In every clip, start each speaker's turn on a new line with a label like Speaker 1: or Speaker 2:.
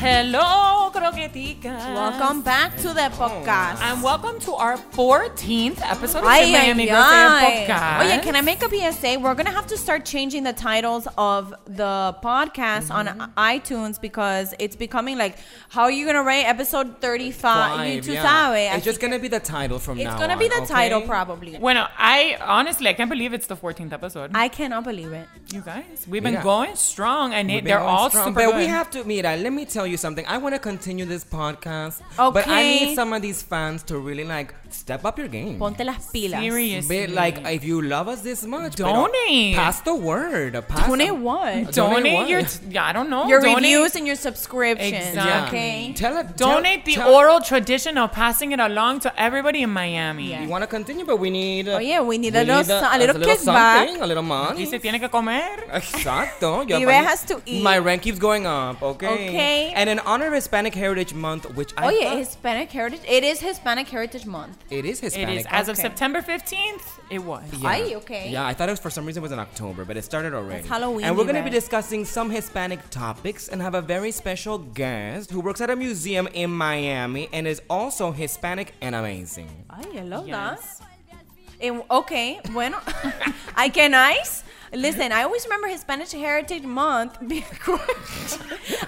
Speaker 1: Hello, croqueticas.
Speaker 2: Welcome back to the podcast.
Speaker 1: And welcome to our 14th episode of
Speaker 2: Ay,
Speaker 1: Ay,
Speaker 2: ay,
Speaker 1: Amigos
Speaker 2: ay.
Speaker 1: del Podcast.
Speaker 2: Oye, can I make a PSA? We're gonna have to start changing the titles of the podcast on
Speaker 3: Mm-hmm.
Speaker 2: i- iTunes because it's becoming like, how are you gonna write episode 35? Uh, You
Speaker 3: Five,
Speaker 2: tú
Speaker 3: yeah.
Speaker 2: sabes.
Speaker 3: It's
Speaker 2: Así
Speaker 3: just gonna be the title from
Speaker 2: que
Speaker 3: now
Speaker 2: It's gonna be
Speaker 3: on,
Speaker 2: the title
Speaker 3: okay?
Speaker 2: probably.
Speaker 1: Bueno, I honestly I can't believe it's the 14th episode.
Speaker 2: I cannot believe it.
Speaker 1: you guys, we've been
Speaker 3: Yeah.
Speaker 1: going strong, and it,
Speaker 3: We've been
Speaker 1: they're
Speaker 3: going
Speaker 1: all
Speaker 3: strong,
Speaker 1: super
Speaker 3: But
Speaker 1: good.
Speaker 3: we have to, Mira, let me tell you something. I want to continue this podcast. But I
Speaker 2: Okay.
Speaker 3: need some of these fans to really like step up your game.
Speaker 2: Ponte las pilas.
Speaker 1: Seriously.
Speaker 3: Be like, if you love us this much, but, uh,
Speaker 1: Donate.
Speaker 3: Pass the word. Pass
Speaker 2: Tune what?
Speaker 3: donate
Speaker 1: donate
Speaker 3: what?
Speaker 1: your, t- yeah, I don't know.
Speaker 2: Your
Speaker 1: donate,
Speaker 2: reviews and your subscriptions.
Speaker 1: Exactly.
Speaker 2: Okay.
Speaker 3: Tell it. tell-
Speaker 1: Donate the
Speaker 3: tell-
Speaker 1: oral tradition of passing it along to everybody in Miami.
Speaker 2: Yeah.
Speaker 3: We want to continue, but we need.
Speaker 2: Oh, yeah, we need a little so- a little kickback.
Speaker 3: something, a little
Speaker 1: Y
Speaker 3: money.
Speaker 1: se tiene que comer.
Speaker 3: Exacto. Yo-
Speaker 2: Ibe has to eat.
Speaker 3: My rank keeps going up, okay?
Speaker 2: Okay.
Speaker 3: And in honor of Hispanic Heritage Month, which I
Speaker 2: Oh yeah,
Speaker 3: thought-
Speaker 2: Hispanic Heritage. It is Hispanic Heritage Month.
Speaker 3: it is
Speaker 1: It
Speaker 3: Hispanic.
Speaker 1: is
Speaker 3: Ah,
Speaker 1: as of
Speaker 2: Okay.
Speaker 1: September 15th. It was.
Speaker 3: Yeah.
Speaker 2: Ay, okay.
Speaker 3: Yeah, I thought it was for some reason it was in October, but it started already.
Speaker 2: It's Halloween,
Speaker 3: And we're going to be
Speaker 2: Yvette.
Speaker 3: discussing some Hispanic topics and have a very special guest who works at a museum in Miami and is also Hispanic and amazing.
Speaker 2: Ay, I love
Speaker 1: Yes.
Speaker 2: that. And- okay, bueno, I can ice. Listen, I always remember Hispanic Heritage Month because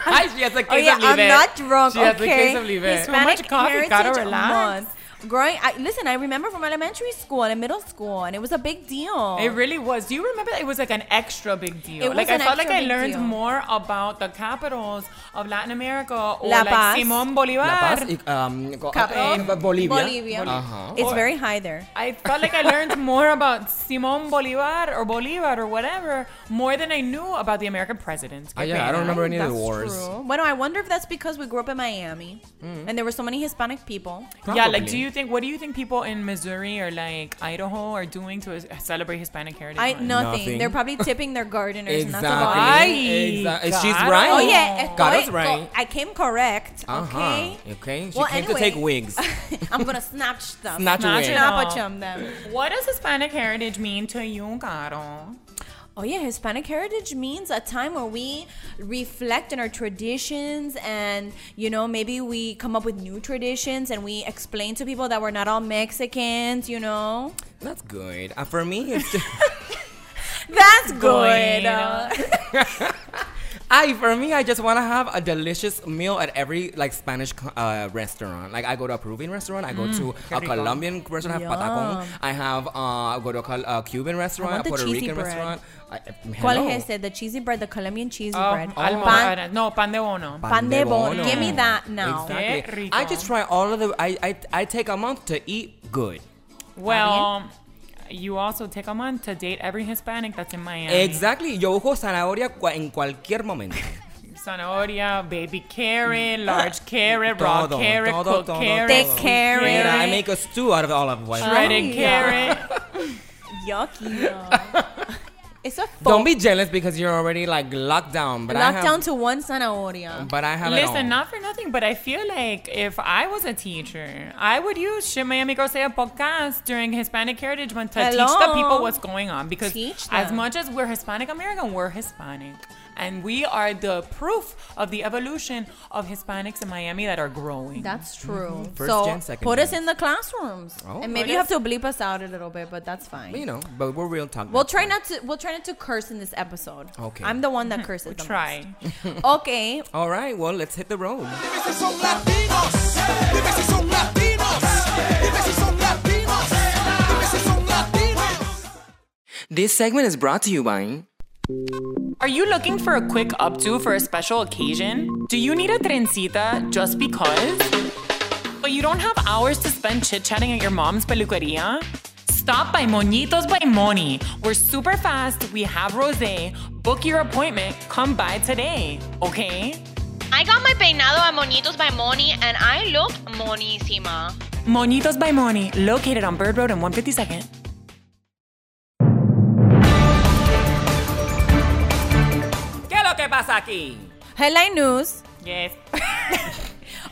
Speaker 3: Ay, she has a
Speaker 2: oh
Speaker 3: case
Speaker 2: yeah,
Speaker 3: of
Speaker 2: I'm
Speaker 3: Livet.
Speaker 2: not drunk.
Speaker 3: She has a
Speaker 2: okay,
Speaker 3: case of Livet.
Speaker 2: Hispanic
Speaker 1: Too much coffee,
Speaker 2: Heritage
Speaker 1: gotta relax.
Speaker 2: Month. Growing, I, listen, I remember from elementary school and middle school, and it was a big deal.
Speaker 1: It really was. Do you remember that it was like an extra big deal?
Speaker 2: Oh. It was
Speaker 1: like I
Speaker 2: an
Speaker 1: felt like
Speaker 2: extra
Speaker 1: I
Speaker 2: big
Speaker 1: learned
Speaker 2: deal.
Speaker 1: more about the capitals of Latin America or
Speaker 2: La Paz.
Speaker 1: like Simon
Speaker 3: La Paz,
Speaker 1: Bolivar.
Speaker 3: y- um, go-
Speaker 2: Cap-
Speaker 3: eh, Bolivia.
Speaker 2: Bolivia.
Speaker 3: Uh-huh.
Speaker 2: It's
Speaker 1: Or-
Speaker 2: very high there.
Speaker 1: I felt like I learned more about Simon Bolivar or Bolivar or whatever more than I knew about the American presidents.
Speaker 3: Oh, yeah, I don't remember any of the wars.
Speaker 2: True. Bueno, I wonder if that's because we grew up in Miami
Speaker 3: Mm.
Speaker 2: and there were so many Hispanic people.
Speaker 1: Yeah, like
Speaker 3: Probably.
Speaker 1: do you think what do you think people in Missouri or like Idaho are doing to celebrate Hispanic Heritage
Speaker 2: I
Speaker 1: Month?
Speaker 2: nothing.
Speaker 3: Nothing.
Speaker 2: They're probably tipping their gardeners. and that's about it.
Speaker 1: Ay,
Speaker 3: Exactly. Exactly. She's
Speaker 1: claro.
Speaker 3: right.
Speaker 2: Oh yeah,
Speaker 1: Oh.
Speaker 3: Got us
Speaker 2: estoy-
Speaker 3: right.
Speaker 2: I came correct. Okay.
Speaker 3: Uh-huh. Okay. She
Speaker 2: Well,
Speaker 3: came
Speaker 2: anyway,
Speaker 3: to take wigs.
Speaker 2: I'm gonna snatch them.
Speaker 3: Snatch
Speaker 1: Snatch
Speaker 3: wigs.
Speaker 1: it
Speaker 2: Snap
Speaker 1: off.
Speaker 2: a chum them.
Speaker 1: What does Hispanic heritage mean to you, Caro?
Speaker 2: Oh yeah, Hispanic heritage means a time where we reflect on our traditions and you know maybe we come up with new traditions and we explain to people that we're not all Mexicans. You know,
Speaker 3: That's good. Uh, for me, it's
Speaker 2: that's good.
Speaker 1: Bueno.
Speaker 3: I for me, I just want to have a delicious meal at every like Spanish co- uh, restaurant. Like I go to a Peruvian restaurant, I go to a
Speaker 1: rico.
Speaker 3: Colombian restaurant, I have
Speaker 2: Mm.
Speaker 3: patacon.
Speaker 2: Yum.
Speaker 3: I have uh, I go to a, Col- a Cuban restaurant,
Speaker 2: want
Speaker 3: a
Speaker 2: the
Speaker 3: Puerto
Speaker 2: cheesy
Speaker 3: Rican
Speaker 2: bread.
Speaker 3: restaurant. I, eh,
Speaker 2: ¿Cuál
Speaker 3: hello.
Speaker 2: es este? The cheesy bread, the Colombian cheesy
Speaker 1: Oh,
Speaker 2: bread.
Speaker 1: almohada. no, pan de bono.
Speaker 2: Pan de bono. Give me that now.
Speaker 3: Exactly.
Speaker 1: Qué rico.
Speaker 3: I just try all of the. I, I I take a month to eat good.
Speaker 1: Well, you also take a month to date every Hispanic that's in Miami.
Speaker 3: Exactly. Yo uso zanahoria cua- en cualquier momento.
Speaker 1: Zanahoria, baby carrot, large carrot, raw
Speaker 3: Todo,
Speaker 1: carrot,
Speaker 3: todo,
Speaker 1: cooked
Speaker 3: todo,
Speaker 1: carrot,
Speaker 3: todo.
Speaker 2: Thick carrot.
Speaker 3: Mira, I make a stew out of all of white.
Speaker 1: shredded
Speaker 2: Oh, yeah.
Speaker 1: carrot.
Speaker 2: Yucky. it's a fo-
Speaker 3: Don't be jealous because you're already like locked down. But I
Speaker 2: locked
Speaker 3: have,
Speaker 2: down to one zanahoria.
Speaker 3: But I have
Speaker 1: Listen,
Speaker 3: it all.
Speaker 1: not for nothing, but I feel like if I was a teacher, I would use Shit Miami Girl Say a podcast during Hispanic Heritage Month to teach the
Speaker 2: Hello.
Speaker 1: people what's going on. Because
Speaker 2: Teach
Speaker 1: as
Speaker 2: them.
Speaker 1: much as we're Hispanic American, we're Hispanic. And we are the proof of the evolution of Hispanics in Miami that are growing.
Speaker 2: That's true.
Speaker 3: Mm-hmm. First
Speaker 2: so
Speaker 3: gen, second
Speaker 2: put
Speaker 3: gen.
Speaker 2: us in the classrooms,
Speaker 3: Oh.
Speaker 2: and maybe
Speaker 1: Put
Speaker 2: you have
Speaker 1: us-
Speaker 2: to bleep us out a little bit, but that's fine.
Speaker 3: you know, but we're real talk.
Speaker 2: We'll try not to. We'll try not to curse in this episode.
Speaker 3: Okay.
Speaker 2: I'm the one that curses. the
Speaker 1: Try.
Speaker 2: most. Okay.
Speaker 3: all right, well, let's hit the road.
Speaker 4: Dime si son latinos, dime si son latinos, dime si son latinos, dime si son latinos.
Speaker 3: This segment is brought to you by.
Speaker 1: Are you looking for a quick updo for a special occasion? Do you need a trencita just because? But you don't have hours to spend chit chatting at your mom's peluqueria? Stop by Moñitos by Moni. We're super fast, we have rose. Book your appointment, come by today, okay?
Speaker 5: I got my peinado at Monitos by Moni and I look monísima.
Speaker 1: Moñitos by Moni, located on Bird Road and 152nd.
Speaker 3: ¿Qué lo que pasa aquí?
Speaker 2: Headline news.
Speaker 1: Yes.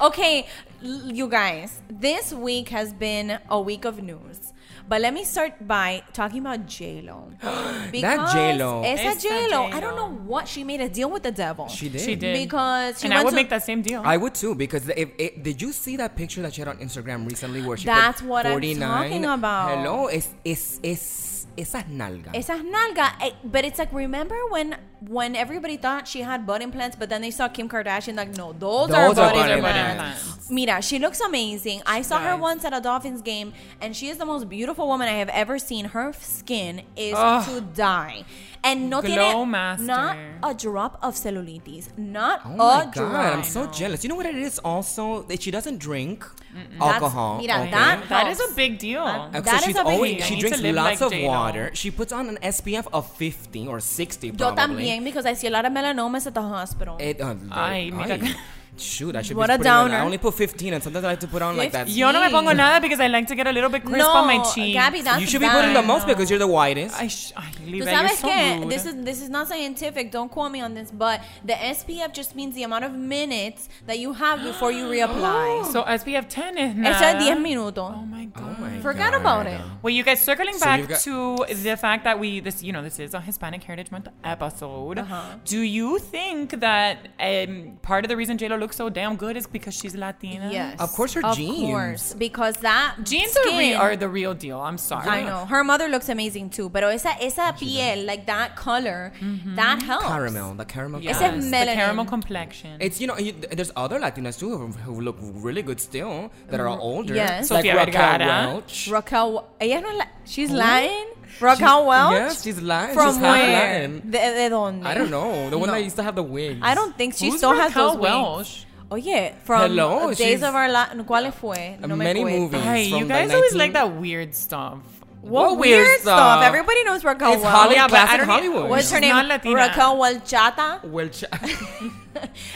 Speaker 2: Okay, l- you guys, this week has been a week of news. But let me start by talking about J Lo.
Speaker 3: J.Lo.
Speaker 2: Esa
Speaker 1: Esa
Speaker 2: J Lo. I
Speaker 1: J.Lo.
Speaker 2: don't know what she made a deal with the devil.
Speaker 3: She did.
Speaker 1: She did.
Speaker 2: Because she
Speaker 1: and I
Speaker 2: went
Speaker 1: would
Speaker 2: to-
Speaker 1: make that same deal.
Speaker 3: I would too because the- if, if, did you see that picture that she had on Instagram recently where she
Speaker 2: That's
Speaker 3: put
Speaker 2: what I'm
Speaker 3: 49?
Speaker 2: talking about.
Speaker 3: Hello, es es es esas nalgas.
Speaker 2: Esas nalga, eh, but it's like remember when when everybody thought she had butt implants, but then they saw Kim Kardashian like no, those, are,
Speaker 3: Those are
Speaker 2: butt
Speaker 3: butt
Speaker 2: implants.
Speaker 1: implants.
Speaker 2: Mira, she looks amazing. I saw her
Speaker 1: does.
Speaker 2: once at a Dolphins game, and she is the most beautiful woman I have ever seen. Her skin is
Speaker 1: Ugh.
Speaker 2: to die, and no
Speaker 1: Glow
Speaker 2: tiene
Speaker 1: master.
Speaker 2: not a drop of cellulitis, not
Speaker 3: Oh
Speaker 2: a
Speaker 3: my god,
Speaker 2: drop.
Speaker 3: I'm so jealous. You know what it is also that she doesn't drink
Speaker 2: That's-
Speaker 3: alcohol.
Speaker 2: mira,
Speaker 3: okay?
Speaker 2: that-
Speaker 1: That is a big deal.
Speaker 3: And
Speaker 2: that
Speaker 3: so
Speaker 2: is
Speaker 3: she's
Speaker 2: a big
Speaker 3: always
Speaker 2: deal. I
Speaker 3: she
Speaker 1: need
Speaker 3: drinks
Speaker 1: to live
Speaker 3: lots
Speaker 1: like
Speaker 3: of
Speaker 1: J-Lo.
Speaker 3: water. She puts on an SPF of 50 or 60
Speaker 2: Yo
Speaker 3: probably.
Speaker 2: también because I see a lot of melanomas at the hospital.
Speaker 3: It, uh,
Speaker 1: Ay, mira.
Speaker 3: ay. Shoot, I should
Speaker 2: What
Speaker 3: be
Speaker 2: a
Speaker 3: putting on-
Speaker 2: downer.
Speaker 3: I only put 15 and sometimes I like to put on like that.
Speaker 1: Yo no me pongo nada because I like to get a little bit crisp on my cheek.
Speaker 2: Gabby, that's
Speaker 3: you should be
Speaker 2: bad.
Speaker 3: putting the most because you're the whitest.
Speaker 1: I sh- ay,
Speaker 2: Tú
Speaker 1: Libra, you're
Speaker 2: sabes
Speaker 1: so
Speaker 2: que
Speaker 1: rude.
Speaker 2: this is this is not scientific. Don't quote me on this, but the SPF just means the amount of minutes that you have before you reapply.
Speaker 1: so SPF 10 is
Speaker 2: Eso
Speaker 1: nada.
Speaker 2: es 10 minutos.
Speaker 1: Oh my god.
Speaker 3: oh my
Speaker 2: Forgot
Speaker 3: God.
Speaker 2: about it.
Speaker 1: Well, you guys, circling
Speaker 3: So
Speaker 1: back
Speaker 3: you've got-
Speaker 1: to the fact that we this you know this is a Hispanic Heritage Month episode.
Speaker 2: Uh-huh.
Speaker 1: Do you think that um, part of the reason J Lo looks so damn good is because she's Latina?
Speaker 2: Yes.
Speaker 3: Of course her
Speaker 2: of
Speaker 3: jeans.
Speaker 2: course, because that
Speaker 1: Jeans are, re-
Speaker 2: skin,
Speaker 1: are the real deal. I'm sorry.
Speaker 2: I know. Her mother looks amazing too, but esa esa piel, like that color,
Speaker 1: Mm-hmm.
Speaker 2: that helps.
Speaker 3: Oh. Caramel, the caramel.
Speaker 1: Yes,
Speaker 2: Except
Speaker 1: the
Speaker 2: melanin.
Speaker 1: caramel complexion.
Speaker 3: It's you know you, there's other Latinas too who, who look really good still that are older.
Speaker 2: Mm. yes.
Speaker 3: like
Speaker 1: Sofia
Speaker 3: Raquel
Speaker 1: Vergara.
Speaker 3: Welch.
Speaker 2: Raquel, ella no, la- she's Latin. Raquel Welch.
Speaker 3: Yes, she's Latin.
Speaker 2: From
Speaker 3: she's half
Speaker 2: where? De,
Speaker 3: Latin.
Speaker 2: de donde?
Speaker 3: I don't know. The one
Speaker 2: No.
Speaker 3: that used to have the wigs.
Speaker 2: I don't think she
Speaker 1: Who's
Speaker 2: still has
Speaker 1: Raquel
Speaker 2: those wings.
Speaker 1: Welch?
Speaker 2: Oh yeah, from
Speaker 3: Hello,
Speaker 2: Days
Speaker 3: she's-
Speaker 2: of Our Lives. ¿Cuál fue? No me
Speaker 3: Many
Speaker 2: acuerdo.
Speaker 3: movies.
Speaker 1: Hey,
Speaker 3: from
Speaker 1: you
Speaker 3: the
Speaker 1: guys always
Speaker 3: 19
Speaker 1: like that weird stuff.
Speaker 3: What
Speaker 2: Weird, stuff. Everybody knows Raquel
Speaker 3: It's
Speaker 2: Welch.
Speaker 3: Holly-
Speaker 1: Yeah, but
Speaker 3: classic
Speaker 1: I don't e-
Speaker 3: Hollywood.
Speaker 2: What's
Speaker 1: She's
Speaker 2: her name?
Speaker 1: not Latina.
Speaker 2: Raquel Welchata.
Speaker 3: Well, ch-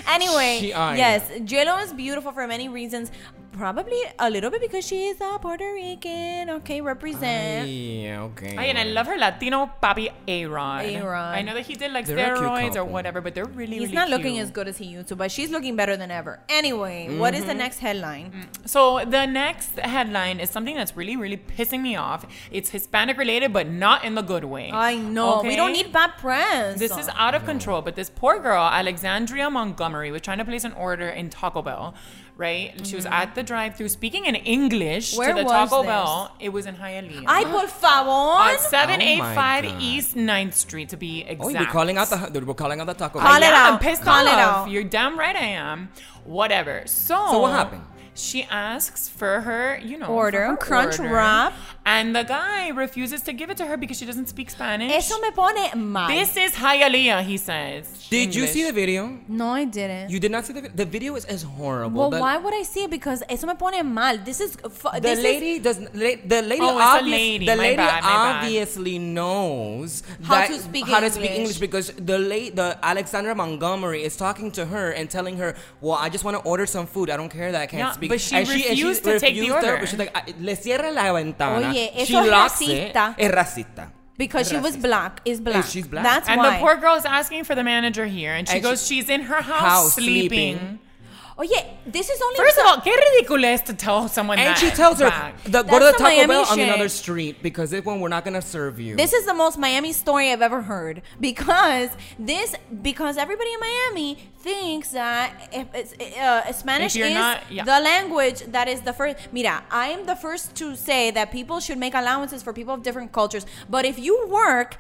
Speaker 2: Anyway,
Speaker 3: She- ah,
Speaker 2: yes, J-Lo is beautiful for many reasons. Probably a little bit because she is a Puerto Rican. Okay, represent.
Speaker 3: yeah, okay.
Speaker 1: Ay, and I love her Latino papi Aaron.
Speaker 2: A-Rod.
Speaker 1: I know that he did like
Speaker 3: They're a cute
Speaker 1: steroids or
Speaker 3: couple.
Speaker 1: whatever, but they're really
Speaker 2: He's
Speaker 1: really
Speaker 2: not looking
Speaker 1: cute.
Speaker 2: as good as he used to, but she's looking better than ever. Anyway, what
Speaker 1: Mm-hmm.
Speaker 2: is the next headline?
Speaker 1: So the next headline is something that's really, really pissing me off. It's Hispanic related, but not in the good way.
Speaker 2: I know. We
Speaker 1: Okay?
Speaker 2: don't need bad press.
Speaker 1: This is out of control, but this poor girl, Alexandria Montgomery, was trying to place an order in Taco Bell, right? She was at the drive thru speaking in English
Speaker 2: Mm-hmm. Where
Speaker 1: to the
Speaker 2: was
Speaker 1: Taco
Speaker 2: this?
Speaker 1: Bell. It was in Hialeah.
Speaker 2: Ay, por favor.
Speaker 1: on 785
Speaker 3: Oh my God.
Speaker 1: East 9th Street, to be exact.
Speaker 3: Oh, we're calling out the we're calling out the taco.
Speaker 2: Call
Speaker 3: Bell.
Speaker 2: it
Speaker 1: yeah, I'm
Speaker 2: out.
Speaker 1: pissed
Speaker 2: Call it
Speaker 1: off.
Speaker 2: out.
Speaker 1: You're damn right I am. Whatever. So
Speaker 3: So what happened?
Speaker 1: She asks for her, you know, for
Speaker 2: Order,
Speaker 1: her
Speaker 2: crunch wrap.
Speaker 1: and the guy refuses to give it to her because she doesn't speak Spanish.
Speaker 2: Eso me pone mal.
Speaker 1: this is Hialeah, he says.
Speaker 3: Did you
Speaker 1: English.
Speaker 3: see the video?
Speaker 2: no, I didn't.
Speaker 3: You did not see the video. The video is, is horrible.
Speaker 2: Well,
Speaker 3: the,
Speaker 2: why would I see it? Because eso me pone mal. This is fu-
Speaker 3: The
Speaker 2: this
Speaker 3: lady does. La, the lady
Speaker 1: Oh, it's a
Speaker 3: obvious,
Speaker 1: lady.
Speaker 3: The
Speaker 1: My
Speaker 3: lady
Speaker 1: bad, my bad.
Speaker 3: obviously knows
Speaker 2: How
Speaker 3: that-
Speaker 2: to speak
Speaker 3: how to speak
Speaker 2: English.
Speaker 3: English because the late the Alexandra Montgomery is talking to her and telling her, "Well, I just want to order some food. I don't care that I can't
Speaker 1: Yeah,
Speaker 3: speak."
Speaker 1: but she
Speaker 3: and and
Speaker 1: refused to take the
Speaker 3: refused her,
Speaker 1: order.
Speaker 3: but she's like, "I- "Le cierra la ventana."
Speaker 2: Oye, eso
Speaker 3: she
Speaker 2: es
Speaker 3: locks
Speaker 2: racista.
Speaker 3: It. Es racista.
Speaker 2: is because she was
Speaker 3: Racist.
Speaker 2: black. Is black.
Speaker 3: And she's black.
Speaker 2: That's
Speaker 1: And
Speaker 2: why.
Speaker 1: the poor girl is asking for the manager here, and she
Speaker 3: And
Speaker 1: goes, "She's in her house,
Speaker 3: House
Speaker 1: sleeping.
Speaker 3: sleeping.
Speaker 2: oh yeah, this is only
Speaker 1: First of all, qué ridículo es to tell someone
Speaker 3: And
Speaker 1: that.
Speaker 3: she tells her,
Speaker 1: back.
Speaker 3: the, "Go to the
Speaker 2: That's
Speaker 3: Taco
Speaker 2: a Miami
Speaker 3: Bell on
Speaker 2: shit.
Speaker 3: another street because this one we're not gonna serve you."
Speaker 2: This is the most Miami story I've ever heard because this because everybody in Miami thinks that if it's, uh, Spanish
Speaker 1: If you're
Speaker 2: is
Speaker 1: not- yeah.
Speaker 2: the language that is the first. Mira, I am the first to say that people should make allowances for people of different cultures. But if you work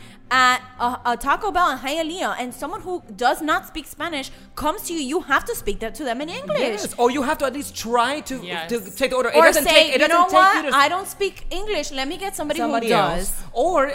Speaker 2: at a, a Taco Bell in Hialeah and someone who does not speak Spanish comes to you, you have to speak that to them in English.
Speaker 3: Yes, or you have to at least try to,
Speaker 1: Yes.
Speaker 3: to take the order. It
Speaker 2: Or
Speaker 3: doesn't
Speaker 2: say,
Speaker 3: take, it
Speaker 2: you
Speaker 3: doesn't
Speaker 2: know
Speaker 3: take
Speaker 2: what?
Speaker 3: you to
Speaker 2: I don't speak English. Let me get somebody,
Speaker 3: somebody
Speaker 2: who does.
Speaker 3: else. Or uh,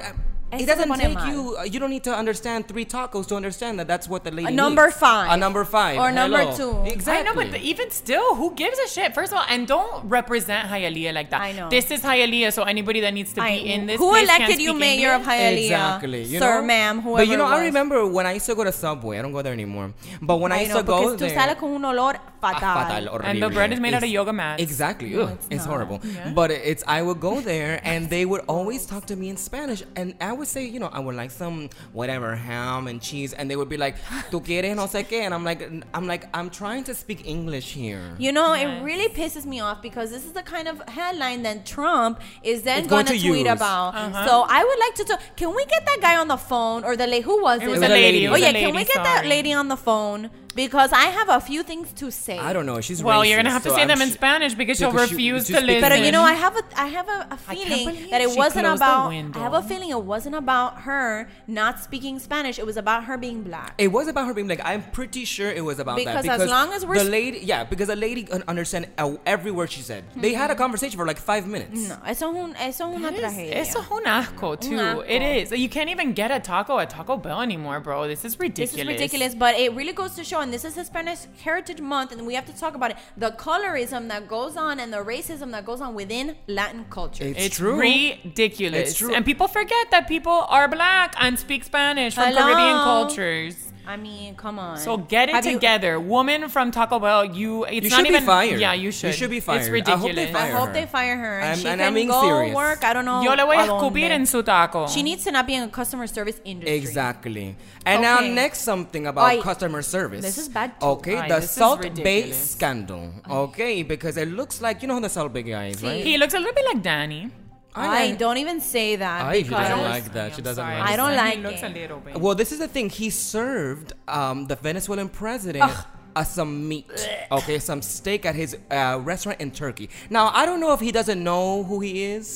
Speaker 2: Eso
Speaker 3: it doesn't
Speaker 2: pone
Speaker 3: take
Speaker 2: mal.
Speaker 3: you. uh, You don't need to understand three tacos to understand that that's what the lady.
Speaker 2: A number
Speaker 3: needs.
Speaker 2: five.
Speaker 3: A number five.
Speaker 2: Or number
Speaker 3: Hello.
Speaker 2: two.
Speaker 1: I
Speaker 3: Exactly.
Speaker 1: know, but even still, who gives a shit? First of all, and don't represent Hialeah like that.
Speaker 2: I know.
Speaker 1: This is Hialeah, so anybody that needs to
Speaker 2: I-
Speaker 1: be in this
Speaker 2: who
Speaker 1: place
Speaker 2: elected
Speaker 1: can't
Speaker 2: you
Speaker 1: speak
Speaker 2: mayor of
Speaker 1: English.
Speaker 2: Hialeah?
Speaker 3: Exactly, you
Speaker 2: sir,
Speaker 3: know?
Speaker 2: ma'am, whoever.
Speaker 3: But you know,
Speaker 2: it
Speaker 3: I
Speaker 2: was.
Speaker 3: remember when I used to go to Subway. I don't go there anymore. But when I,
Speaker 2: I
Speaker 3: used
Speaker 2: know,
Speaker 3: to go
Speaker 2: because tú
Speaker 3: there,
Speaker 2: sales con un olor fatal.
Speaker 3: Ah,
Speaker 1: And
Speaker 3: fatal,
Speaker 1: the
Speaker 3: horrible.
Speaker 1: bread is made out of
Speaker 3: It's-
Speaker 1: yoga mats.
Speaker 3: Exactly. Ugh, it's,
Speaker 2: not.
Speaker 3: horrible. But it's I would go there and they would always talk to me in Spanish and I would say, you know, I would like some whatever ham and cheese, and they would be like, "Tu quieres no sé qué," and I'm like, I'm like, I'm trying to speak English here.
Speaker 2: You know,
Speaker 1: Yes.
Speaker 2: it really pisses me off because this is the kind of headline that Trump is then
Speaker 3: It's
Speaker 2: going,
Speaker 3: going
Speaker 2: to,
Speaker 3: to
Speaker 2: tweet
Speaker 3: use. Uh-huh.
Speaker 2: about. So I would like to. Talk, can we get that guy on the phone or the lady? Who was it?
Speaker 1: It was
Speaker 3: was
Speaker 1: a
Speaker 3: a
Speaker 1: lady.
Speaker 3: lady.
Speaker 1: it
Speaker 2: Oh
Speaker 1: was a
Speaker 2: yeah, can
Speaker 1: lady,
Speaker 2: we get that
Speaker 1: sorry.
Speaker 2: lady on the phone because I have a few things to say.
Speaker 3: I don't know. She's
Speaker 1: Well,
Speaker 3: racist,
Speaker 1: you're gonna have to
Speaker 3: so
Speaker 1: say
Speaker 3: I'm
Speaker 1: them in
Speaker 3: sh-
Speaker 1: Spanish because she'll
Speaker 3: because she-
Speaker 1: refuse
Speaker 3: she
Speaker 1: to
Speaker 3: speaks-
Speaker 1: listen.
Speaker 2: But uh, you know, I have a I have a, a
Speaker 1: can't
Speaker 2: feeling
Speaker 1: believe
Speaker 2: that it
Speaker 1: she
Speaker 2: wasn't
Speaker 1: closed the
Speaker 2: about
Speaker 1: window.
Speaker 2: I have a feeling it wasn't about her not speaking Spanish. It was about her being black.
Speaker 3: It was about her being like, I'm pretty sure it was about
Speaker 2: Because as
Speaker 3: that. Because
Speaker 2: long as we're
Speaker 3: the
Speaker 2: sp-
Speaker 3: lady, yeah, because the lady could understand uh, every word she said.
Speaker 1: Hmm.
Speaker 3: They had a conversation for like five minutes.
Speaker 2: no, eso es un, eso es una tragedia.
Speaker 1: It's a hunasco too.
Speaker 2: Un asco.
Speaker 1: It is. You can't even get a taco at Taco Bell anymore, bro. This is ridiculous.
Speaker 2: This is ridiculous, but it really goes to show, and this is Hispanic Heritage Month, and we have to talk about it. The colorism that goes on and the racism that goes on within Latin culture.
Speaker 3: It's,
Speaker 1: It's
Speaker 3: true.
Speaker 1: ridiculous.
Speaker 3: It's true.
Speaker 1: And people forget that people are black and speak Spanish from
Speaker 2: Hello.
Speaker 1: Caribbean cultures.
Speaker 2: I mean, come on.
Speaker 1: So get it
Speaker 2: Have you-
Speaker 1: together. Woman from Taco Bell, you it's
Speaker 3: You
Speaker 1: not
Speaker 3: should be
Speaker 1: even
Speaker 3: fired.
Speaker 1: Yeah, you
Speaker 3: You
Speaker 1: should.
Speaker 3: should be
Speaker 1: It's
Speaker 3: fired. I
Speaker 1: ridiculous.
Speaker 3: hope they
Speaker 2: I
Speaker 3: fire
Speaker 2: hope
Speaker 3: her.
Speaker 2: they fire her, and
Speaker 3: I'm-
Speaker 2: she
Speaker 3: and
Speaker 2: can
Speaker 3: I'm being
Speaker 2: go
Speaker 3: serious.
Speaker 2: work. I don't know.
Speaker 1: Yo le voy
Speaker 2: a
Speaker 1: a
Speaker 2: dónde.
Speaker 1: escupir en su taco.
Speaker 2: She needs to not be in a customer service industry.
Speaker 3: Exactly. And now
Speaker 2: Okay.
Speaker 3: next something about
Speaker 2: Ay,
Speaker 3: customer service.
Speaker 2: this is bad too.
Speaker 3: Okay,
Speaker 1: Ay,
Speaker 3: the
Speaker 1: this is
Speaker 3: Salt Bay
Speaker 1: ridiculous.
Speaker 3: scandal. Okay, because it looks like you know who the Salt Bay guy is, right?
Speaker 1: He looks a little bit like Danny.
Speaker 2: I don't even say that.
Speaker 3: Ay, she doesn't
Speaker 2: because-
Speaker 3: like that. She
Speaker 1: I'm
Speaker 3: doesn't
Speaker 1: sorry.
Speaker 3: like
Speaker 2: I don't
Speaker 1: He
Speaker 2: like
Speaker 1: looks
Speaker 2: it.
Speaker 1: a little bit.
Speaker 3: Well, this is the thing. He served um, the Venezuelan president uh, some meat, okay, some steak at his uh, restaurant in Turkey. Now, I don't know if he doesn't know who he is.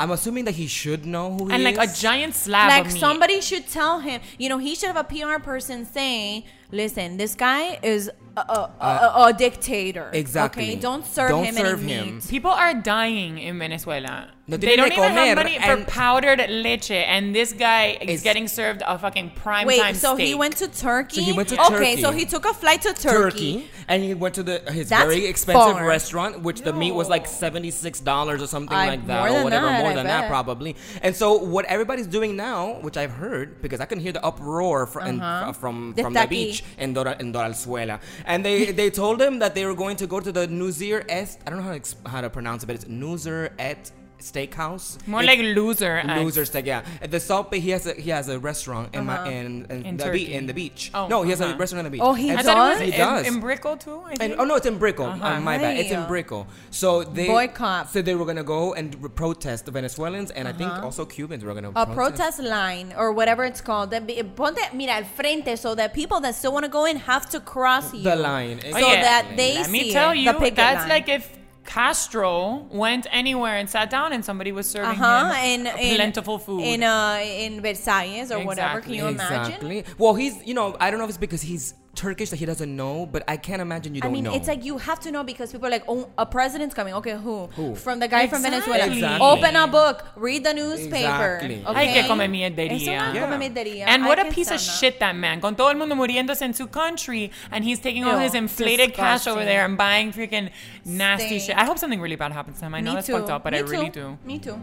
Speaker 3: I'm assuming that he should know who he
Speaker 1: and
Speaker 3: is.
Speaker 1: like a giant slab
Speaker 2: like
Speaker 1: of meat.
Speaker 2: somebody should tell him you know he should have a pr person saying listen this guy is a, a, a, a dictator
Speaker 3: Uh, Exactly.
Speaker 2: okay don't serve
Speaker 3: Don't
Speaker 2: him
Speaker 3: serve
Speaker 2: any
Speaker 3: him.
Speaker 2: meat.
Speaker 1: People are dying in Venezuela.
Speaker 3: No
Speaker 1: they
Speaker 3: tienen
Speaker 1: don't
Speaker 3: que
Speaker 1: even have
Speaker 3: comer,
Speaker 1: money for
Speaker 3: and-
Speaker 1: powdered leche, and this guy is
Speaker 3: It's-
Speaker 1: getting served a fucking prime
Speaker 2: wait
Speaker 1: time
Speaker 2: so he
Speaker 1: steak.
Speaker 2: went to turkey
Speaker 3: So he went to
Speaker 2: okay
Speaker 3: Turkey.
Speaker 2: so he took a flight to turkey,
Speaker 3: Turkey, and he went to the his
Speaker 2: That's
Speaker 3: very expensive
Speaker 2: far.
Speaker 3: restaurant, which the meat was like
Speaker 1: No.
Speaker 3: seventy six dollars or something
Speaker 2: I-
Speaker 3: like that,
Speaker 2: more
Speaker 3: or
Speaker 2: than
Speaker 3: whatever,
Speaker 2: that,
Speaker 3: more
Speaker 2: I
Speaker 3: than
Speaker 2: bet.
Speaker 3: that probably. And so what everybody's doing now, which I've heard because I can hear the uproar fr- and,
Speaker 2: Uh-huh.
Speaker 3: fr- from
Speaker 2: The
Speaker 3: from the
Speaker 2: Taki.
Speaker 3: beach in Dora, in Doralzuela, and they they told him that they were going to go to the Nuzir Est. I don't know how to, ex- how to pronounce it, but it's Nuzir Et Steakhouse.
Speaker 1: More
Speaker 3: It's-
Speaker 1: like loser. act.
Speaker 3: Losers tag, yeah. At the Salt Bay, he has a, he has a restaurant in my in, in,
Speaker 1: Uh-huh. In
Speaker 3: the beach
Speaker 1: Turkey.
Speaker 3: in the beach.
Speaker 1: Oh,
Speaker 3: no, he has
Speaker 1: uh-huh.
Speaker 3: a restaurant on the beach.
Speaker 2: Oh, he
Speaker 3: And
Speaker 1: I
Speaker 3: so-
Speaker 1: thought it was
Speaker 2: does?
Speaker 1: in,
Speaker 3: He does.
Speaker 1: in Uh-huh. Brickell too. I
Speaker 3: and
Speaker 1: think.
Speaker 3: oh no, it's in Brickell. Uh, my bad. It's in
Speaker 2: Right.
Speaker 3: Brickell. So they
Speaker 2: Boycott.
Speaker 3: So they were gonna go and re- protest the Venezuelans and I
Speaker 1: Uh-huh.
Speaker 3: think also Cubans were gonna
Speaker 2: a
Speaker 3: protest.
Speaker 2: protest line or whatever it's called that be, ponte mira al frente so that people that still want to go in have to cross you.
Speaker 3: The line.
Speaker 2: so
Speaker 1: yeah.
Speaker 2: that they
Speaker 1: Let
Speaker 2: see
Speaker 1: me tell
Speaker 2: it,
Speaker 1: you,
Speaker 2: the picket
Speaker 1: that's
Speaker 2: line.
Speaker 1: like if Castro went anywhere and sat down and somebody was serving
Speaker 2: uh-huh
Speaker 1: him
Speaker 2: in, in
Speaker 1: plentiful food.
Speaker 2: in uh in versailles or whatever can you imagine
Speaker 3: exactly. Well, he's you know I don't know if it's because he's Turkish that he doesn't know, but I can't imagine you
Speaker 2: I
Speaker 3: don't
Speaker 2: mean,
Speaker 3: know.
Speaker 2: it's like you have to know because people are like, oh, a president's coming. Okay, who?
Speaker 3: Who?
Speaker 2: From the guy from
Speaker 1: Exactly.
Speaker 2: Venezuela.
Speaker 3: Exactly.
Speaker 2: Open a book, read the newspaper.
Speaker 3: Exactly.
Speaker 2: Okay?
Speaker 1: Ay, que come mierdería.
Speaker 2: Eso no
Speaker 3: Yeah.
Speaker 2: come mierdería.
Speaker 1: And
Speaker 2: I
Speaker 1: what a
Speaker 2: can
Speaker 1: piece of
Speaker 2: stand that.
Speaker 1: shit that man. Con todo el mundo muriéndose en su country, and he's taking all
Speaker 2: Ew,
Speaker 1: his inflated cash over
Speaker 2: disgusting.
Speaker 1: there and buying freaking nasty
Speaker 2: Stain.
Speaker 1: shit. I hope something really bad happens to him. I know
Speaker 2: Me
Speaker 1: that's
Speaker 2: too.
Speaker 1: fucked up, but I
Speaker 2: Me
Speaker 1: really do.
Speaker 2: too. Me too.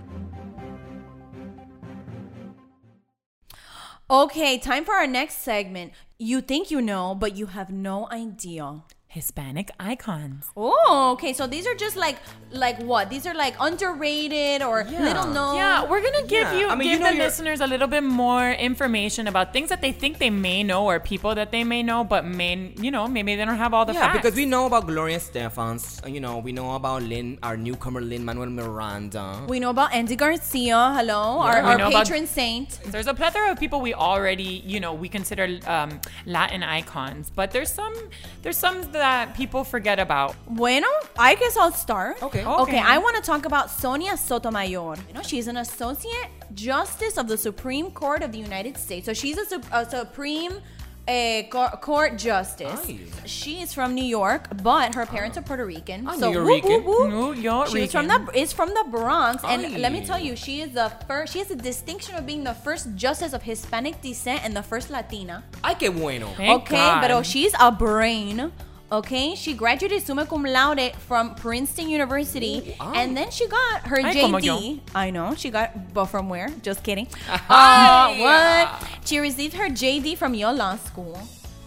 Speaker 2: Okay, time for our next segment. You think you know, but you have no idea.
Speaker 1: Hispanic icons.
Speaker 2: Oh, okay. So these are just like, like what? These are like underrated or little known.
Speaker 1: Yeah, we're gonna give
Speaker 3: Yeah,
Speaker 1: you
Speaker 3: I mean,
Speaker 1: give
Speaker 3: you know
Speaker 1: the
Speaker 3: you're-
Speaker 1: listeners a little bit more information about things that they think they may know or people that they may know, but may you know maybe they don't have all the
Speaker 3: yeah,
Speaker 1: facts.
Speaker 3: because we know about Gloria Stefans, you know, we know about Lynn, our newcomer Lynn Manuel Miranda.
Speaker 2: We know about Andy Garcia. Hello, our,
Speaker 1: We
Speaker 2: our
Speaker 1: know about-
Speaker 2: patron saint.
Speaker 1: there's a plethora of people we already you know we consider um, Latin icons, but there's some there's some that people forget about.
Speaker 2: Bueno, I guess I'll start.
Speaker 3: Okay.
Speaker 2: Okay,
Speaker 1: Okay.
Speaker 2: I want to talk about Sonia Sotomayor. You know, she's an associate justice of the Supreme Court of the United States. So she's a, su- a Supreme uh, cor- Court justice.
Speaker 3: Ay.
Speaker 2: She is from New York, but her parents are Puerto Rican.
Speaker 3: Ah,
Speaker 2: so
Speaker 3: New
Speaker 2: whoop, whoop,
Speaker 3: Yorkican.
Speaker 2: whoop.
Speaker 1: New York
Speaker 2: She is from the
Speaker 1: Rican.
Speaker 2: is from the Bronx, and
Speaker 3: Ay.
Speaker 2: let me tell you, she is the first. She has the distinction of being the first justice of Hispanic descent and the first Latina
Speaker 3: Ay, qué bueno.
Speaker 1: Thank
Speaker 2: okay,
Speaker 1: God.
Speaker 2: but oh, she's a brain. Okay, she graduated summa cum laude from Princeton University,
Speaker 3: Ooh,
Speaker 2: and then she got her
Speaker 1: Ay, como yo.
Speaker 2: JD. I know she got, but from where? Just kidding.
Speaker 3: Ay.
Speaker 2: Uh, what? She received her JD from Yale Law School.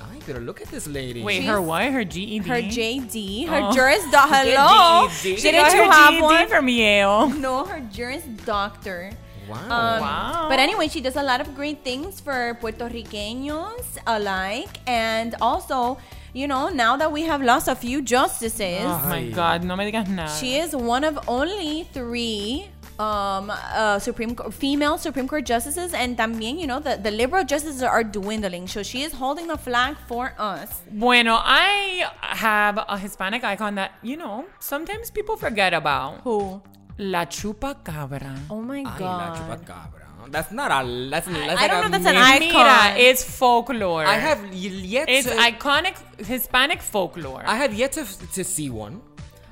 Speaker 3: Ay, pero look at this lady.
Speaker 1: Wait,
Speaker 2: she's-
Speaker 1: her what? Her E GED.
Speaker 2: Her JD, her
Speaker 1: Oh.
Speaker 2: Juris Doc. Hello,
Speaker 3: GED.
Speaker 1: She
Speaker 2: didn't
Speaker 1: got
Speaker 2: you
Speaker 1: E her
Speaker 2: have
Speaker 1: GED
Speaker 2: one?
Speaker 1: from Yale.
Speaker 2: no, her Juris Doctor.
Speaker 3: Wow.
Speaker 1: Oh,
Speaker 2: Um,
Speaker 1: Wow.
Speaker 2: But anyway, she does a lot of great things for Puerto Ricanos alike. And also, you know, now that we have lost a few justices,
Speaker 1: Oh my God, no me digas nada.
Speaker 2: she is one of only three um uh supreme Co- female supreme court justices and también you know the, the liberal justices are dwindling so she is holding the flag for us
Speaker 1: bueno, I have a Hispanic icon that, you know, sometimes people forget about.
Speaker 2: who
Speaker 1: La Chupacabra.
Speaker 2: oh my
Speaker 3: Ay, la
Speaker 2: god
Speaker 3: chupacabra. That's not a. That's, that's
Speaker 2: I
Speaker 3: like
Speaker 2: don't
Speaker 3: a
Speaker 2: know if that's an
Speaker 3: myth.
Speaker 2: icon.
Speaker 1: Mira, it's folklore.
Speaker 3: I have y- yet.
Speaker 1: It's
Speaker 3: to,
Speaker 1: iconic Hispanic folklore.
Speaker 3: I have yet to, to see one.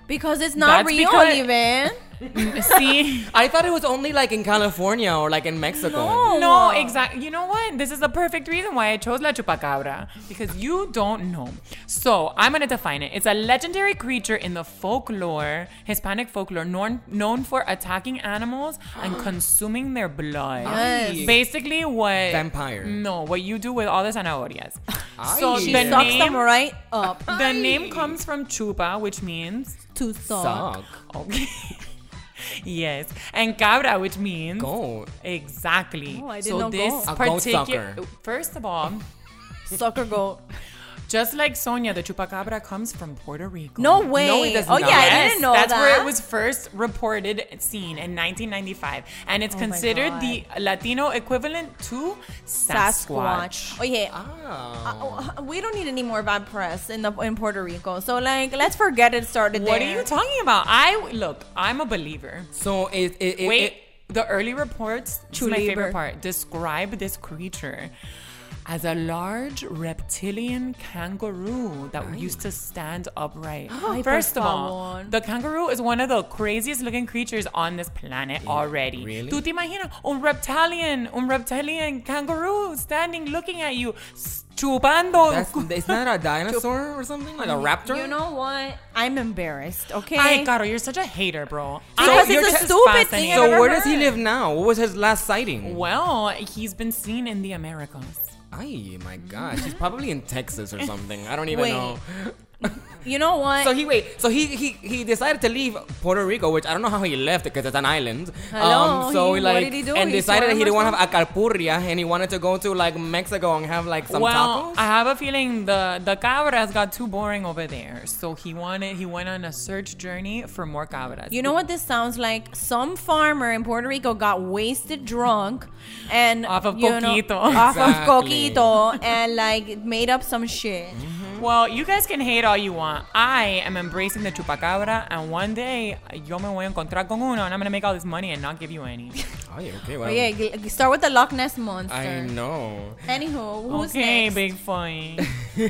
Speaker 2: because it's not
Speaker 1: That's
Speaker 2: real
Speaker 1: because-
Speaker 2: even
Speaker 1: See?
Speaker 3: I thought it was only like in California or like in Mexico.
Speaker 2: No.
Speaker 1: No, exactly. You know what? This is the perfect reason why I chose La Chupacabra because you don't know. So I'm gonna define it. It's a legendary creature in the folklore, Hispanic folklore, known known for attacking animals and consuming their blood.
Speaker 3: Yes.
Speaker 1: Basically, what
Speaker 3: Vampire.
Speaker 1: No, what you do with all the zanahorias.
Speaker 3: Ay.
Speaker 1: So
Speaker 3: She
Speaker 1: the
Speaker 2: sucks
Speaker 1: name
Speaker 2: them right up
Speaker 1: the name comes from chupa, which means
Speaker 2: to suck
Speaker 3: Suck.
Speaker 1: okay. yes, and cabra, which means
Speaker 3: Go.
Speaker 1: Exactly.
Speaker 2: Oh, I did
Speaker 1: so
Speaker 2: not
Speaker 1: this
Speaker 2: go.
Speaker 3: A goat
Speaker 1: particular
Speaker 3: sucker.
Speaker 1: first of all,
Speaker 2: sucker go
Speaker 1: just like Sonia, the chupacabra comes from Puerto Rico.
Speaker 2: no way
Speaker 3: No, it does
Speaker 2: oh
Speaker 3: not.
Speaker 2: yeah i
Speaker 1: Yes,
Speaker 2: didn't know
Speaker 1: that's
Speaker 2: that
Speaker 1: where it was first reported seen in 1995, and it's
Speaker 2: Oh my
Speaker 1: considered
Speaker 2: God.
Speaker 1: the Latino equivalent to Sasquatch.
Speaker 2: sasquatch oh yeah
Speaker 3: Ah.
Speaker 2: Oh, we don't need any more bad press in the in Puerto Rico. So like, let's forget it started
Speaker 1: What
Speaker 2: Oh, there.
Speaker 1: are you talking about? I look. I'm a believer.
Speaker 3: So it. it, it
Speaker 1: Wait,
Speaker 3: It,
Speaker 1: the early reports, this is my
Speaker 2: Chulibur.
Speaker 1: favorite part, describe this creature as a large reptilian kangaroo that used to stand upright.
Speaker 2: Ay, por
Speaker 1: First of all,
Speaker 2: favor.
Speaker 1: the kangaroo is one of the craziest looking creatures on this planet already.
Speaker 3: really?
Speaker 1: Tú te imaginas un reptilian, un reptilian kangaroo standing looking at you, s- chupando.
Speaker 3: that's, it's not a dinosaur or something like a raptor.
Speaker 2: You know what? I'm embarrassed. Okay.
Speaker 1: Ay, Caro, you're such a hater, bro.
Speaker 2: Because
Speaker 1: you're
Speaker 2: it's
Speaker 1: just
Speaker 2: a stupid thing
Speaker 1: fascinating.
Speaker 2: I've
Speaker 3: So
Speaker 2: ever
Speaker 3: where does he
Speaker 2: heard.
Speaker 3: live now? What was his last sighting?
Speaker 1: Well, he's been seen in the Americas.
Speaker 3: Ay, my gosh, he's probably in Texas or something. I don't even
Speaker 2: Wait.
Speaker 3: know.
Speaker 2: you know what?
Speaker 3: So he wait. So he he he decided to leave Puerto Rico, which I don't know how he left because it's an island. Um,
Speaker 2: Hello,
Speaker 3: so
Speaker 2: he-
Speaker 3: like
Speaker 2: what did he do?
Speaker 3: and
Speaker 2: He
Speaker 3: decided that he
Speaker 2: swam
Speaker 3: didn't
Speaker 2: or
Speaker 3: want to have acapurria and he wanted to go to like Mexico and have like some
Speaker 1: well,
Speaker 3: tacos.
Speaker 1: I have a feeling the the cabras got too boring over there, so he wanted he went on a search journey for more cabras.
Speaker 2: you know what this sounds like? Some farmer in Puerto Rico got wasted drunk and
Speaker 1: Off of
Speaker 2: you know,
Speaker 1: coquito.
Speaker 2: off of
Speaker 3: Exactly.
Speaker 2: coquito and like made up some shit.
Speaker 1: Mm-hmm. Well, you guys can hate all you want. I am embracing the chupacabra, and one day yo me voy a encontrar con uno, and I'm gonna make all this money and not give you any.
Speaker 3: Ay, Oh, okay, well,
Speaker 2: But Oh, yeah, g- g- start with the Loch Ness monster.
Speaker 3: I know.
Speaker 2: Anywho, who's
Speaker 1: okay,
Speaker 2: next?
Speaker 1: big funny.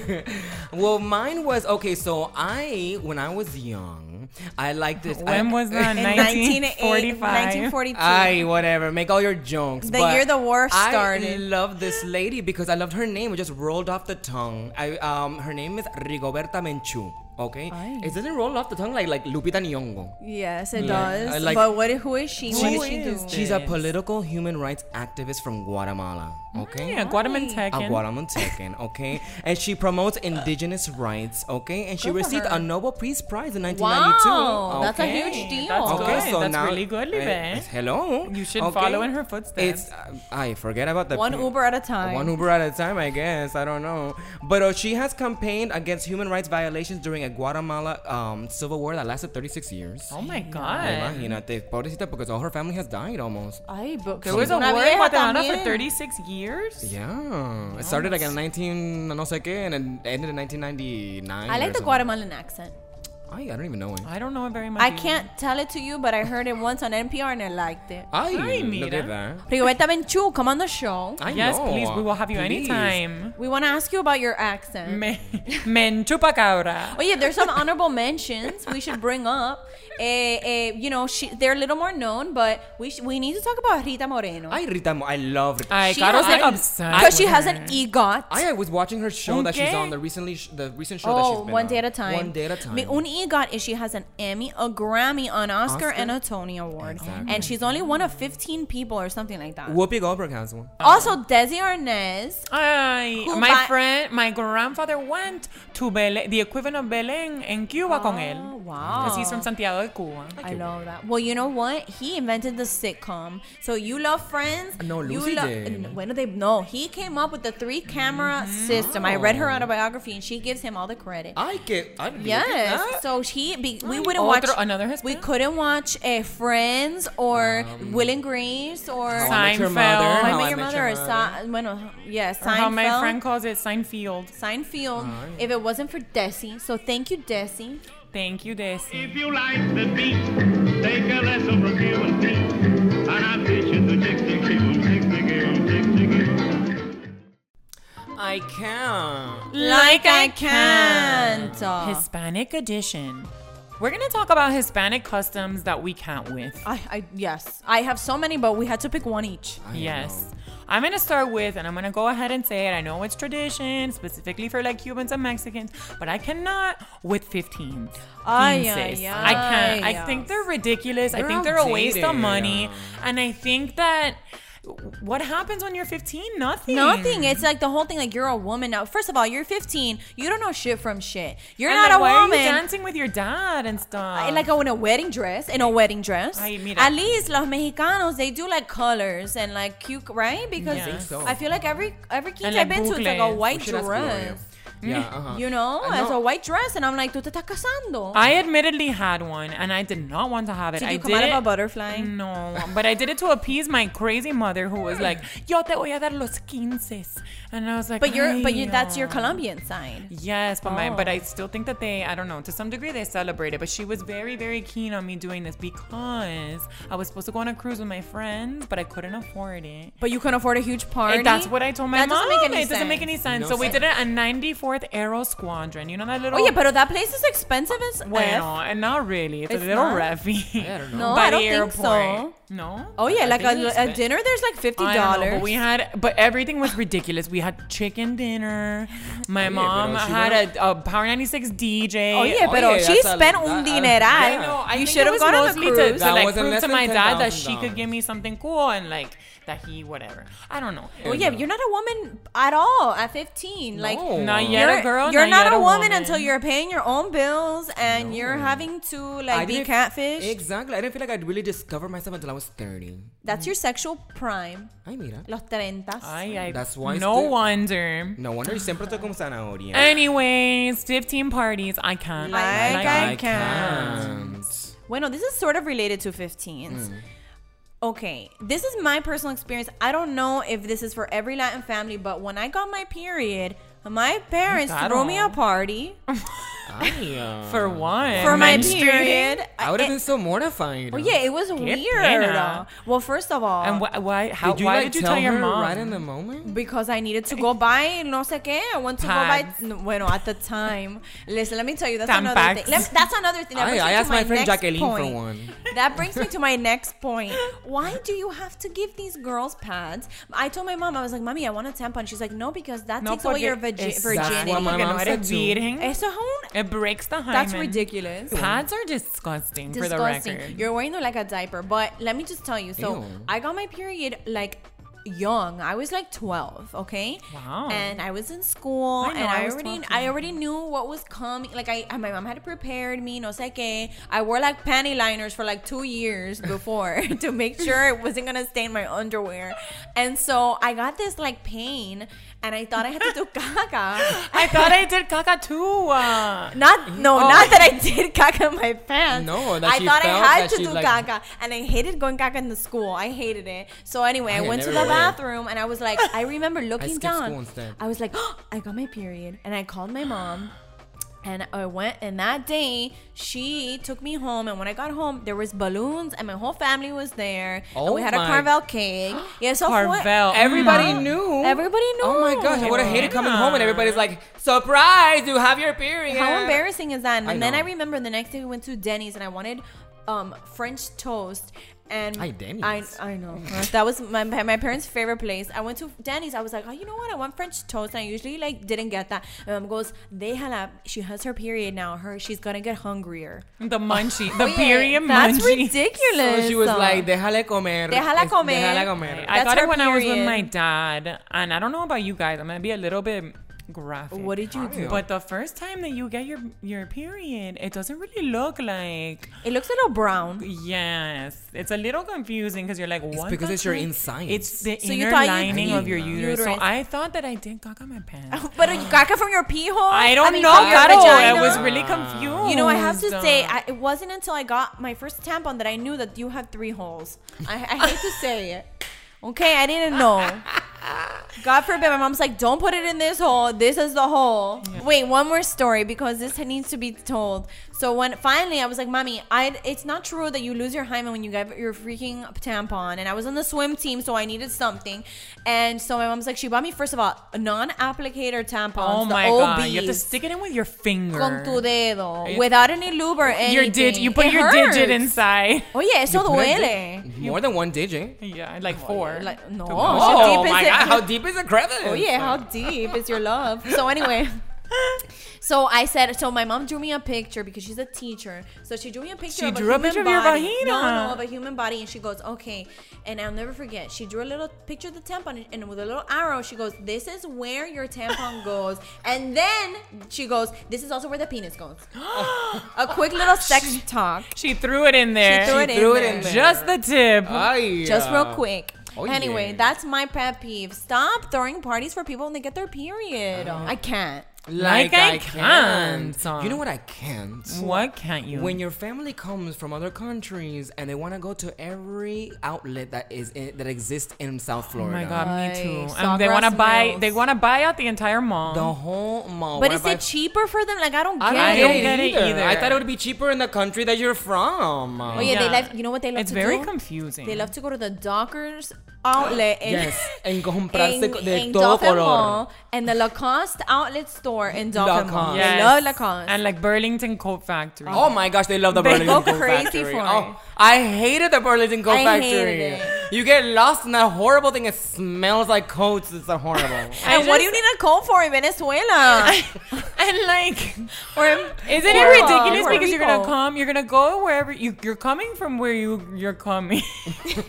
Speaker 3: Well, mine was okay. So I, when I was young, I liked this.
Speaker 1: When
Speaker 3: I,
Speaker 1: was that?
Speaker 2: In
Speaker 1: 1945.
Speaker 2: 1942.
Speaker 3: I whatever. Make all your jokes.
Speaker 2: The
Speaker 3: but
Speaker 2: year the war
Speaker 3: I
Speaker 2: started.
Speaker 3: love this lady because I loved her name. It just rolled off the tongue. I um her name is Rigoberta Menchú. Okay,
Speaker 1: Ay.
Speaker 3: it doesn't roll off the tongue like like Lupita Nyong'o.
Speaker 2: Yes, it
Speaker 3: Yeah, I
Speaker 2: does.
Speaker 3: like-
Speaker 2: but what? Who is she? What
Speaker 1: Who
Speaker 2: does she do?
Speaker 1: is
Speaker 3: She's a
Speaker 1: Yes.
Speaker 3: political human rights activist from Guatemala. Okay.
Speaker 1: yeah,
Speaker 3: A
Speaker 1: Guatemaltecan.
Speaker 3: Guatemaltecan, okay? And she promotes indigenous rights, okay? And she
Speaker 2: Good for
Speaker 3: received
Speaker 2: her.
Speaker 3: a Nobel Peace Prize in 1992.
Speaker 2: Wow, that's a
Speaker 3: okay?
Speaker 2: huge deal.
Speaker 1: that's
Speaker 3: Okay,
Speaker 1: good.
Speaker 3: so
Speaker 1: That's
Speaker 3: now
Speaker 1: really good,
Speaker 3: Uh,
Speaker 1: Libe.
Speaker 3: hello.
Speaker 1: You should follow in her footsteps.
Speaker 3: It's uh, I forget about the
Speaker 2: One
Speaker 3: pe-
Speaker 2: Uber at a time.
Speaker 3: One Uber at a time, I guess. I don't know. But uh, she has campaigned against human rights violations during a Guatemala um, civil war that lasted 36 years.
Speaker 1: Oh my god.
Speaker 3: Imagínate, pobrecita, because all her family has died almost.
Speaker 2: Ay, but
Speaker 1: There was a
Speaker 2: una
Speaker 1: war in
Speaker 2: vieja
Speaker 1: Guatemala for
Speaker 2: también.
Speaker 1: 36 years.
Speaker 3: Yeah, it started like in 19 no sé qué and it ended in 1999.
Speaker 2: I like
Speaker 3: or
Speaker 2: the
Speaker 3: something.
Speaker 2: Guatemalan accent.
Speaker 3: Ay, I don't even know eh. it.
Speaker 1: I don't know it very much.
Speaker 2: I
Speaker 1: either.
Speaker 2: can't tell it to you, but I heard it once on NPR and I liked it.
Speaker 3: Ay,
Speaker 1: Ay,
Speaker 3: look
Speaker 1: mira.
Speaker 3: at that.
Speaker 2: Rigoberta Menchú, come on the show.
Speaker 3: I
Speaker 1: Yes,
Speaker 3: know.
Speaker 1: please. We will have you
Speaker 3: Please.
Speaker 1: anytime.
Speaker 2: We want to ask you about your accent.
Speaker 1: Men, men chupacabra.
Speaker 2: Oh yeah, there's some honorable mentions we should bring up. Eh, eh, you know, she, they're a little more known, but we sh- we need to talk about Rita Moreno.
Speaker 3: Ay, Rita, Mo- I love Rita.
Speaker 1: I
Speaker 2: She
Speaker 1: got
Speaker 2: has
Speaker 1: like
Speaker 2: an-
Speaker 1: upset
Speaker 2: Because she
Speaker 1: with
Speaker 2: has
Speaker 1: her.
Speaker 2: an EGOT.
Speaker 3: I was watching her show that she's
Speaker 1: Okay.
Speaker 3: on the recently sh- the recent show that she's
Speaker 2: Oh,
Speaker 3: been
Speaker 2: one
Speaker 3: on.
Speaker 2: day at a time.
Speaker 3: One day at a time.
Speaker 2: Mi- un EGOT is she has an Emmy, a Grammy, an Oscar,
Speaker 3: Oscar?
Speaker 2: and a Tony Award.
Speaker 3: Exactly.
Speaker 2: And she's only one of 15 people or something like that.
Speaker 3: Whoopi Goldberg has one.
Speaker 2: Also, Desi Arnaz.
Speaker 1: I,
Speaker 2: Who
Speaker 1: my
Speaker 2: buy-
Speaker 1: friend, my grandfather went to to Belén, the equivalent of Belén en Cuba con él.
Speaker 2: Oh, wow.
Speaker 1: Because he's from Santiago de Cuba.
Speaker 2: I love that. Well, you know what? He invented the sitcom. So you love Friends.
Speaker 3: No, Lucy
Speaker 2: you
Speaker 3: did. Mm-hmm.
Speaker 2: When did they? No, he came up with the three-camera system. I read her
Speaker 3: Oh.
Speaker 2: autobiography, and she gives him all the credit.
Speaker 3: I get. I didn't
Speaker 2: Yes.
Speaker 3: get that.
Speaker 2: So he be, we
Speaker 1: Ay,
Speaker 2: wouldn't watch
Speaker 1: otro- another Hispanic.
Speaker 2: We couldn't watch uh, Friends or Will and Grace or
Speaker 3: Um, How I Met Your
Speaker 1: Seinfeld.
Speaker 3: Mother,
Speaker 1: How
Speaker 2: I
Speaker 3: How
Speaker 2: Met
Speaker 3: I
Speaker 2: Your
Speaker 3: Met
Speaker 2: Mother. Or Sa- bueno, yeah,
Speaker 1: Or How my
Speaker 2: Seinfeld.
Speaker 1: friend calls it Seinfeld.
Speaker 2: Seinfeld. If it wasn't for Desi, so thank you, Desi.
Speaker 1: Thank you, Desi.
Speaker 6: If you like the beat, take a lesson from Cuban Pete. And I'm teaching the jig, jig, jig, jig, jig, jig, jig, jig, jig.
Speaker 3: I can't.
Speaker 1: Like I
Speaker 2: Uh,
Speaker 1: Hispanic edition. We're gonna talk about Hispanic customs that we can't with.
Speaker 2: I, I yes, I have so many, but we had to pick one each.
Speaker 1: Yes. I'm gonna start with, and I'm gonna go ahead and say it. I know it's tradition, specifically for like Cubans and Mexicans, but I cannot with 15s.
Speaker 2: Ay,
Speaker 1: Quinces.
Speaker 2: ay,
Speaker 1: I can't.
Speaker 2: ay.
Speaker 1: I think they're ridiculous. I
Speaker 3: They're
Speaker 1: think they're a waste of
Speaker 3: outdated.
Speaker 1: money. And I think that what happens when you're 15? Nothing.
Speaker 2: Nothing. It's like the whole thing. Like you're a woman now. First of all, you're 15. You don't know shit from shit. You're
Speaker 1: And
Speaker 2: not
Speaker 1: then
Speaker 2: a
Speaker 1: why
Speaker 2: woman.
Speaker 1: Are you dancing with your dad and stuff.
Speaker 2: I- like in a wedding dress, in a wedding dress.
Speaker 1: Ah, Ay, mira.
Speaker 2: At least los mexicanos they do like colors and like cute, right? Because
Speaker 1: Yeah. I think
Speaker 3: so.
Speaker 2: I feel like every every quince
Speaker 1: And,
Speaker 2: I've
Speaker 1: like,
Speaker 2: been to, it's like a
Speaker 1: bucles.
Speaker 2: white
Speaker 3: We should ask Gloria.
Speaker 2: dress.
Speaker 3: Yeah. Uh-huh.
Speaker 2: You know,
Speaker 3: I
Speaker 1: Ah,
Speaker 2: it's a white dress, and I'm like, tú te estás casando.
Speaker 1: I admittedly had one, and I did not want to have it.
Speaker 2: Did
Speaker 1: I
Speaker 2: you come
Speaker 1: did
Speaker 2: out of
Speaker 1: it-
Speaker 2: a butterfly?
Speaker 1: No, but I did it to appease my crazy mother, who was like, "Yo te voy a dar los quinces," and I was like,
Speaker 2: but you're,
Speaker 1: "Ay,
Speaker 2: but you, that's your
Speaker 1: no."
Speaker 2: Colombian side.
Speaker 1: Yes, but my, but
Speaker 2: Oh.
Speaker 1: I still think that they, I don't know, to some degree they celebrate it. But she was very, very keen on me doing this because I was supposed to go on a cruise with my friends, but I couldn't afford it.
Speaker 2: But you can afford a huge party.
Speaker 1: And that's what I told my
Speaker 2: that
Speaker 1: mom.
Speaker 2: Doesn't make any
Speaker 1: it doesn't make any sense.
Speaker 3: No
Speaker 1: so we
Speaker 3: sense.
Speaker 1: did it at 94th Aero Squadron. You know that little.
Speaker 2: Oh yeah, but that place is expensive as well.
Speaker 1: Well, and not really. It's,
Speaker 2: It's
Speaker 1: a little
Speaker 2: not?
Speaker 1: roughy.
Speaker 3: I don't know.
Speaker 2: No,
Speaker 1: By
Speaker 2: I don't
Speaker 1: the
Speaker 2: think
Speaker 1: airport.
Speaker 2: so.
Speaker 1: No.
Speaker 2: Oh yeah, like
Speaker 1: think
Speaker 2: a,
Speaker 1: it's
Speaker 2: a
Speaker 1: been-
Speaker 2: dinner there's like fifty
Speaker 1: I don't know, but
Speaker 2: dollars.
Speaker 1: we had, but everything was ridiculous. We had chicken dinner. My mom
Speaker 3: pero she
Speaker 1: had a, a Power 96 DJ.
Speaker 2: Oh yeah,
Speaker 3: Oh,
Speaker 2: pero
Speaker 3: yeah,
Speaker 2: she
Speaker 3: that's a-
Speaker 2: spent un
Speaker 3: that- uh,
Speaker 2: dineral.
Speaker 3: I
Speaker 1: No, I
Speaker 2: you
Speaker 1: think
Speaker 2: should
Speaker 1: it
Speaker 2: have
Speaker 1: was
Speaker 2: gone on a
Speaker 1: mostly to,
Speaker 2: cruise.
Speaker 1: to
Speaker 3: That
Speaker 1: like
Speaker 3: wasn't
Speaker 1: prove
Speaker 3: less
Speaker 1: to
Speaker 3: than
Speaker 1: my dad that she
Speaker 3: $10,000.
Speaker 1: could give me something cool and like that he whatever. I don't know.
Speaker 2: Oh yeah, you're not a woman at all at 15. Like
Speaker 3: No.
Speaker 1: Not yet
Speaker 2: you're,
Speaker 1: a girl.
Speaker 2: you're not,
Speaker 1: yet
Speaker 2: a woman, until you're paying your own bills and you're having to like be
Speaker 3: didn't-
Speaker 2: catfish.
Speaker 3: Exactly. I didn't feel like I'd really discovered myself until I was 30.
Speaker 2: That's your sexual prime.
Speaker 3: Ay, mira.
Speaker 2: Los treintas.
Speaker 1: Ay, ay,
Speaker 3: That's why
Speaker 1: No
Speaker 3: still-
Speaker 1: wonder.
Speaker 3: No wonder you siempre estoy como zanahoria.
Speaker 1: Anyways, 15 parties. I can't.
Speaker 2: Like I
Speaker 3: I can't.
Speaker 2: Bueno, this is sort of related to 15s.
Speaker 1: Mm.
Speaker 2: Okay, this is my personal experience. I don't know if this is for every Latin family, but when I got my period, my parents
Speaker 1: Claro.
Speaker 2: threw me a party
Speaker 3: Ay, uh,
Speaker 1: For one.
Speaker 2: for my
Speaker 1: menstruating?
Speaker 2: period. Eh,
Speaker 3: I would have been so mortified.
Speaker 2: Oh yeah, it was weird.
Speaker 1: pena.
Speaker 2: Well, first of all,
Speaker 1: And wh- why? How?
Speaker 3: Uh, Did you,
Speaker 1: why
Speaker 3: like,
Speaker 1: did you
Speaker 3: tell,
Speaker 1: tell, your
Speaker 3: her
Speaker 1: mom?
Speaker 3: right in the moment?
Speaker 2: because I needed to go buy no sé qué. I want to
Speaker 1: Pads.
Speaker 2: go buy. Bueno, at the time, listen. Let me tell you, that's another
Speaker 1: Tampax.
Speaker 2: thing. Let- that's another thing. That
Speaker 3: I,
Speaker 2: brings
Speaker 3: I
Speaker 2: me to
Speaker 3: asked my,
Speaker 2: next
Speaker 3: friend Jacqueline
Speaker 2: point.
Speaker 3: for one.
Speaker 2: That brings me to my next point. Why do you have to give these girls pads? I told my mom, I was like, "Mommy, I want a tampon." She's like, "No, because that takes away
Speaker 1: porque-
Speaker 2: your virgi-
Speaker 1: Exacto,
Speaker 2: virginity."
Speaker 3: That's what my
Speaker 1: porque no
Speaker 3: mom said
Speaker 1: eres
Speaker 3: too.
Speaker 1: virgen.
Speaker 2: Eso es un-
Speaker 1: It breaks the hymen.
Speaker 2: That's ridiculous.
Speaker 1: Pads are disgusting,
Speaker 2: Disgusting.
Speaker 1: for the record.
Speaker 2: You're wearing them like a diaper. But let me just tell you. So
Speaker 3: Ew.
Speaker 2: I got my period like young. I was like 12, okay?
Speaker 1: Wow.
Speaker 2: And I was in school
Speaker 1: I know,
Speaker 2: and
Speaker 1: I
Speaker 2: I,
Speaker 1: was
Speaker 2: already
Speaker 1: 12
Speaker 2: I already knew what was coming. Like I my mom had prepared me, no sé qué. I wore like panty liners for like 2 years before to make sure it wasn't going to stain my underwear. And so I got this like pain and I thought I had to do caca.
Speaker 1: I thought I did caca too. Uh,
Speaker 2: Not no, not that I did caca in my pants.
Speaker 3: oh. No, that
Speaker 2: I
Speaker 3: she
Speaker 2: thought I
Speaker 3: felt
Speaker 2: had
Speaker 3: that
Speaker 2: to
Speaker 3: she,
Speaker 2: do
Speaker 3: like-
Speaker 2: caca, and I hated going caca in the school. I hated it. So anyway, I,
Speaker 3: I
Speaker 2: went to the
Speaker 3: never went.
Speaker 2: bathroom, and I was like, I remember looking
Speaker 3: skipped school
Speaker 2: down.
Speaker 3: instead.
Speaker 2: I was like, I got my period, and I called my mom. And I went, and that day she took me home. And when I got home, there was balloons, and my whole family was there. and
Speaker 3: Oh
Speaker 2: we had a
Speaker 3: my-
Speaker 2: Carvel cake. Yes, yeah, so what-
Speaker 1: Carvel.
Speaker 3: Everybody
Speaker 1: Mm.
Speaker 3: knew.
Speaker 2: Everybody knew.
Speaker 3: Oh my gosh, I would have hated coming home and everybody's like, surprise, you have your period.
Speaker 2: How embarrassing is that? And
Speaker 3: I
Speaker 2: then
Speaker 3: know.
Speaker 2: I remember the next day we went to Denny's and I wanted um, French toast. And
Speaker 3: Ay, Denny's.
Speaker 2: I, I know that was my my parents' favorite place. I went to Denny's. I was like, oh, you know what? I want French toast, and I usually like didn't get that. My mom goes, "Déjala. She has her period now. Her she's gonna get hungrier."
Speaker 1: the munchie. The
Speaker 2: Oye,
Speaker 1: period
Speaker 2: That's
Speaker 1: munchie.
Speaker 2: ridiculous.
Speaker 3: So she was
Speaker 2: Uh,
Speaker 3: like, déjale comer.
Speaker 2: Déjala
Speaker 3: es-
Speaker 2: comer.
Speaker 3: Déjala comer.
Speaker 1: I
Speaker 2: That's
Speaker 1: got
Speaker 2: her
Speaker 1: it when I was with
Speaker 2: period.
Speaker 1: my dad, and I don't know about you guys. I'm gonna be a little bit graphic.
Speaker 2: What did you do?
Speaker 1: But the first time that you get your your period, it doesn't really look like
Speaker 2: It looks a little brown.
Speaker 1: yes. It's a little confusing because you're like, what?
Speaker 3: because
Speaker 1: the
Speaker 3: it's your
Speaker 1: cre-
Speaker 3: insides.
Speaker 1: It's the
Speaker 2: So you
Speaker 1: inner
Speaker 2: thought you-
Speaker 1: lining of your uterus. So
Speaker 2: Uterus.
Speaker 1: I thought that I did caca my pants.
Speaker 2: But you caca from your pee hole?
Speaker 1: I don't
Speaker 2: mean,
Speaker 1: know,
Speaker 2: from your
Speaker 1: Caro. I
Speaker 2: vagina?
Speaker 1: was really confused.
Speaker 2: You know, I
Speaker 1: Oh,
Speaker 2: have to say, I, it wasn't until I got my first tampon that I knew that you had three holes. I, I hate to say it. Okay, I didn't know. God forbid, my mom's like, don't put it in this hole. This is the hole. Wait, one more story because this needs to be told. So when finally I was like, mommy, I it's not true that you lose your hymen when you get your freaking tampon. And I was on the swim team, so I needed something. And so my mom's like, she bought me first of all non-applicator tampons.
Speaker 1: oh
Speaker 2: the
Speaker 1: my god, you have to
Speaker 2: OBs
Speaker 1: stick it in with your finger.
Speaker 2: con tu dedo
Speaker 1: It-
Speaker 2: without any lube or anything.
Speaker 1: your digit. You put
Speaker 2: It
Speaker 1: your digit
Speaker 2: hurts.
Speaker 1: inside.
Speaker 2: Oye, eso
Speaker 3: put a
Speaker 2: duele.
Speaker 3: More than one digit.
Speaker 1: Yeah, like four.
Speaker 2: Oh, Like, no.
Speaker 1: Two-
Speaker 2: how
Speaker 1: Oh
Speaker 2: deep is
Speaker 1: my
Speaker 2: it?
Speaker 1: god.
Speaker 3: How deep is the crevice?
Speaker 2: Oh yeah, how deep is your love? So anyway. So I said, so my mom drew me a picture because she's a teacher. So she drew me a picture.
Speaker 1: She
Speaker 2: of
Speaker 1: drew a
Speaker 2: human
Speaker 1: picture of your
Speaker 2: body. No,
Speaker 1: vagina.
Speaker 2: no, of a human body, and she goes, okay. And I'll never forget. She drew a little picture of the tampon, and with a little arrow, she goes, this is where your tampon goes. And then she goes, this is also where the penis goes. a quick little sex talk.
Speaker 1: She threw it in there.
Speaker 2: threw it
Speaker 3: She
Speaker 2: in
Speaker 3: threw it
Speaker 2: there.
Speaker 3: in there.
Speaker 1: Just the tip.
Speaker 3: Ay,
Speaker 2: Just real
Speaker 3: uh,
Speaker 2: quick.
Speaker 3: Oh,
Speaker 2: anyway,
Speaker 3: yeah.
Speaker 2: that's my pet peeve. Stop throwing parties for people when they get their period. I can't.
Speaker 1: Like I can't.
Speaker 3: You know what I can't?
Speaker 1: what can't you?
Speaker 3: When your family comes from other countries and they want to go to every outlet that is in, that exists in South
Speaker 1: oh
Speaker 3: Florida.
Speaker 1: my god, me
Speaker 2: Ay,
Speaker 1: too. And they
Speaker 2: Sawgrass
Speaker 1: want to buy.
Speaker 2: Mills.
Speaker 1: They want to buy out the entire mall.
Speaker 3: The whole mall.
Speaker 2: But
Speaker 3: What
Speaker 2: is
Speaker 3: if I-
Speaker 2: it cheaper for them? Like I don't get
Speaker 3: I don't,
Speaker 1: I
Speaker 2: it.
Speaker 1: don't get it either.
Speaker 3: I thought it would be cheaper in the country that you're from.
Speaker 2: Oh yeah, they
Speaker 1: Yeah.
Speaker 2: love. You know what they love
Speaker 1: It's
Speaker 2: to
Speaker 1: very
Speaker 2: do?
Speaker 1: confusing.
Speaker 2: They love to go to the Dockers outlet. In,
Speaker 3: Yes, and comprarse
Speaker 2: in,
Speaker 3: co- de
Speaker 2: in
Speaker 3: todo
Speaker 2: Dolphin
Speaker 3: color.
Speaker 2: Mall and the Lacoste outlet store in Dolphin Mall.
Speaker 3: Lacoste.
Speaker 2: They love Lacoste.
Speaker 1: And like Burlington Coat Factory.
Speaker 3: Oh my gosh, they love the
Speaker 1: They go
Speaker 3: Burlington Coat
Speaker 2: crazy
Speaker 3: Factory.
Speaker 2: for
Speaker 3: oh, I hated the Burlington Coat
Speaker 2: I
Speaker 3: Factory.
Speaker 2: hated
Speaker 3: You get lost in that horrible thing. It smells like coats. It's so horrible.
Speaker 1: I
Speaker 2: and what do you
Speaker 1: just-
Speaker 2: need a comb for in Venezuela?
Speaker 1: and like,
Speaker 2: or in
Speaker 1: isn't it
Speaker 2: Cuba,
Speaker 1: ridiculous
Speaker 2: Puerto
Speaker 1: because you're gonna
Speaker 2: Rico?
Speaker 1: come, you're gonna go wherever you, you're coming from, where you you're coming.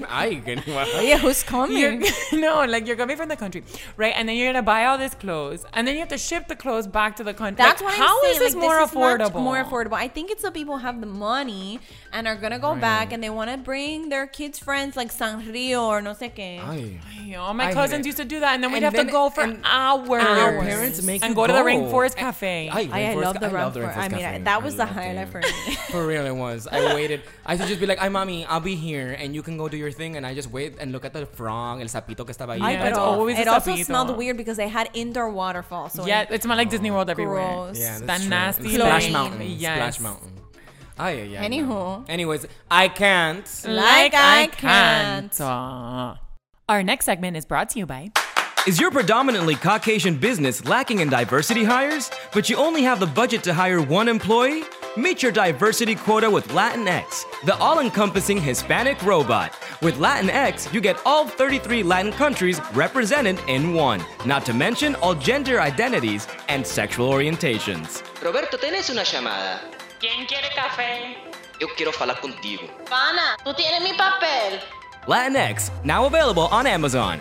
Speaker 3: I get what?
Speaker 2: Yeah, who's coming?
Speaker 1: You're, no, like you're coming from the country, right? And then you're gonna buy all this clothes, and then you have to ship the clothes back to the country.
Speaker 2: That's
Speaker 1: like,
Speaker 2: why
Speaker 1: how
Speaker 2: I'm
Speaker 1: is
Speaker 2: saying,
Speaker 1: this
Speaker 2: like,
Speaker 1: more
Speaker 2: this
Speaker 1: affordable?
Speaker 2: Is much more affordable. I think it's the people who have the money and are gonna go back and they want to bring their kids' friends like Sanrio or no sé qué.
Speaker 3: Ay.
Speaker 1: Yeah, All my
Speaker 3: I hate
Speaker 1: cousins
Speaker 3: it.
Speaker 1: used to do that, and then we'd
Speaker 3: And
Speaker 1: have
Speaker 3: then-
Speaker 1: to go for
Speaker 3: and-
Speaker 1: hours.
Speaker 3: Our parents make
Speaker 1: and
Speaker 3: you
Speaker 1: go,
Speaker 3: Eh,
Speaker 1: to the Rainforest Cafe.
Speaker 3: I,
Speaker 2: I, I
Speaker 3: Rainforest
Speaker 2: love
Speaker 3: Ca-
Speaker 2: the round for.
Speaker 3: Rainforest
Speaker 2: I mean, I,
Speaker 3: Cafe.
Speaker 2: that was the
Speaker 3: loved it.
Speaker 2: highlight for me.
Speaker 3: For real, it was. I waited. I should just be like, "Hi, mommy, I'll be here, and you can go do your thing." And I just wait and look at the frog, el sapito que estaba ahí.
Speaker 1: Ay,
Speaker 3: and
Speaker 1: pero-
Speaker 3: it's
Speaker 1: it's
Speaker 3: all-
Speaker 1: always
Speaker 2: it
Speaker 1: a
Speaker 2: also
Speaker 1: sapito.
Speaker 2: smelled weird because they had indoor waterfalls. So
Speaker 1: yeah, it smelled like Disney World everywhere.
Speaker 2: gross.
Speaker 3: Yeah,
Speaker 1: That
Speaker 3: that's true.
Speaker 1: nasty
Speaker 3: And Splash
Speaker 2: thing.
Speaker 3: Mountain.
Speaker 1: Yes.
Speaker 3: Splash Mountain. Oh, yeah, yeah.
Speaker 2: Anywho.
Speaker 3: Anyways, I can't.
Speaker 2: Like I can't.
Speaker 1: Uh, Our next segment is brought to you by.
Speaker 7: Is your predominantly Caucasian business lacking in diversity hires, but you only have the budget to hire one employee? Meet your diversity quota with Latinx, the all encompassing Hispanic robot. With Latinx, you get all 33 Latin countries represented in one, not to mention all gender identities and sexual orientations.
Speaker 8: Roberto, tenés una llamada.
Speaker 5: ¿Quién quiere café?
Speaker 8: Yo quiero hablar contigo.
Speaker 5: Pana, tú tienes mi papel.
Speaker 7: Latinx, now available on Amazon.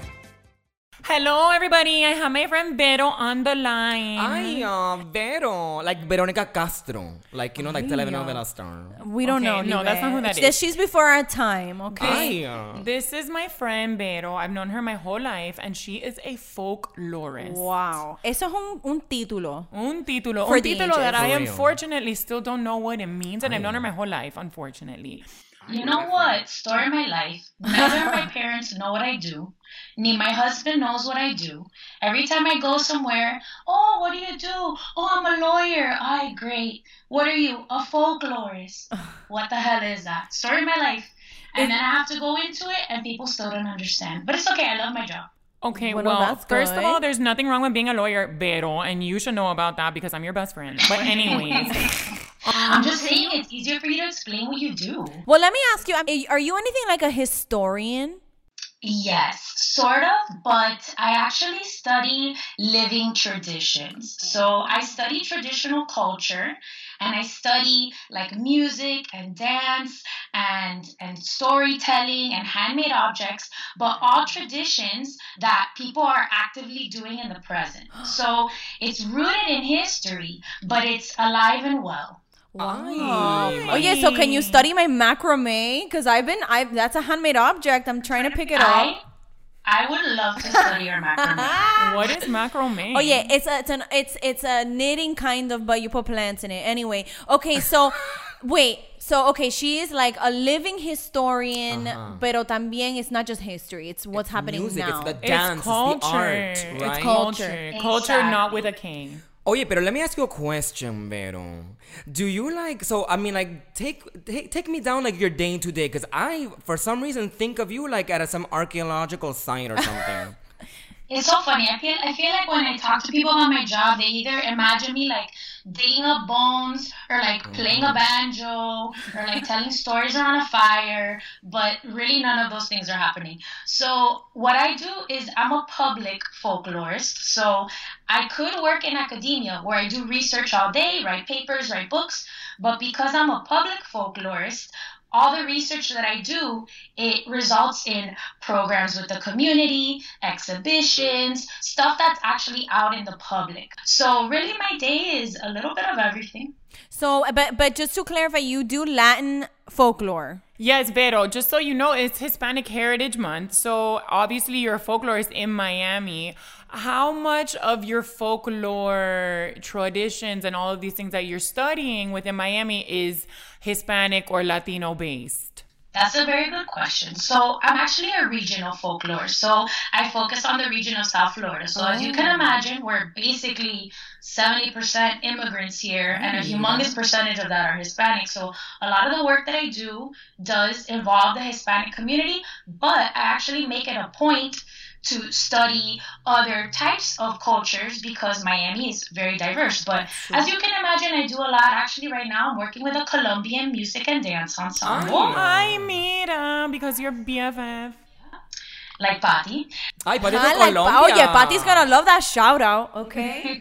Speaker 1: Hello, everybody. I have my friend Vero on the line.
Speaker 3: Ay, uh, Vero. Like Veronica Castro. Like, you know,
Speaker 2: ah.
Speaker 3: like telenovela star.
Speaker 2: we don't
Speaker 1: Okay,
Speaker 2: know.
Speaker 1: no, that's
Speaker 2: Libe.
Speaker 1: not who that
Speaker 2: It's
Speaker 1: is.
Speaker 2: just- She's before our time. Okay.
Speaker 3: Ay, uh,
Speaker 1: This is my friend Vero. I've known her my whole life, and she is a folklorist.
Speaker 2: Wow. Eso es un, un título.
Speaker 1: Un título.
Speaker 2: For
Speaker 1: un
Speaker 2: the
Speaker 1: título that
Speaker 2: ages.
Speaker 1: I
Speaker 3: For real.
Speaker 1: unfortunately still don't know what it means, and I've known her my whole life, unfortunately.
Speaker 9: You know what? Story of my life. Neither of my parents know what I do. Ni my husband knows what I do. Every time I go somewhere, oh, what do you do? Oh, I'm a lawyer. Ay, great. What are you? A folklorist. What the hell is that? Story of my life. And then I have to go into it, and people still don't understand. But it's okay. I love my job.
Speaker 1: Okay, well,
Speaker 2: Well, that's
Speaker 1: first of
Speaker 2: good.
Speaker 1: all, there's nothing wrong with being a lawyer, Vero, and you should know about that because I'm your best friend. But, anyways,
Speaker 9: I'm just saying it's easier for you to explain what you do.
Speaker 2: Well, let me ask you. I- Are you anything like a historian?
Speaker 9: Yes, sort of, but I actually study living traditions. So I study traditional culture and I study like music and dance and and storytelling and handmade objects, but all traditions that people are actively doing in the present. So it's rooted in history, but it's alive and well.
Speaker 2: Wow. Oh yeah. So can you study my macrame? Because I've been, I have that's a handmade object. I'm trying to pick it
Speaker 9: I
Speaker 2: up.
Speaker 9: I would love to study your macrame.
Speaker 1: What is macrame?
Speaker 2: Oh yeah, it's a, it's an it's it's a knitting kind of, but you put plants in it. Anyway, okay, so wait, so okay, she is like a living historian, pero también it's not just history; it's what's happening
Speaker 3: music,
Speaker 2: now.
Speaker 3: Uh-huh. it's the
Speaker 1: It's
Speaker 3: dance,
Speaker 1: culture.
Speaker 3: it's the art,
Speaker 1: It's
Speaker 3: right?
Speaker 1: culture.
Speaker 2: Culture.
Speaker 1: Culture, not
Speaker 9: Exactly.
Speaker 1: with a king.
Speaker 3: Oye, pero let me ask you a question, Vero. Do you like so? I mean, like take take, take me down like your day to day, because I for some reason think of you like at some archaeological site or something.
Speaker 9: It's so funny. I feel I feel like when I talk to people about my job, they either imagine me like digging up bones or like playing a banjo or like telling stories around a fire, but really none of those things are happening. So what I do is I'm a public folklorist. So I could work in academia where I do research all day, write papers, write books, but because I'm a public folklorist, all the research that I do, it results in programs with the community, exhibitions, stuff that's actually out in the public. So really my day is a little bit of everything.
Speaker 2: so, but but just to clarify, you do Latin folklore.
Speaker 1: Yes, Vero, just so you know, it's Hispanic Heritage Month. So obviously, you're a folklorist in Miami. How much of your folklore traditions and all of these things that you're studying within Miami is Hispanic or Latino based?
Speaker 9: That's a very good question. So I'm actually a regional folklore. So I focus on the region of South Florida. So as you can imagine, we're basically 70% immigrants here, and a humongous percentage of that are Hispanic. So a lot of the work that I do does involve the Hispanic community, but I actually make it a point to study other types of cultures because Miami is very diverse. But as you can imagine, I do a lot. Actually, right now, I'm working with a Colombian music and dance ensemble.
Speaker 1: Oh, Hi, Mira, because you're BFF.
Speaker 9: like Patty.
Speaker 3: Ay, but it's
Speaker 2: I
Speaker 3: in
Speaker 2: like,
Speaker 3: Colombia.
Speaker 2: oh yeah, Patty's gonna love that shout out. Okay.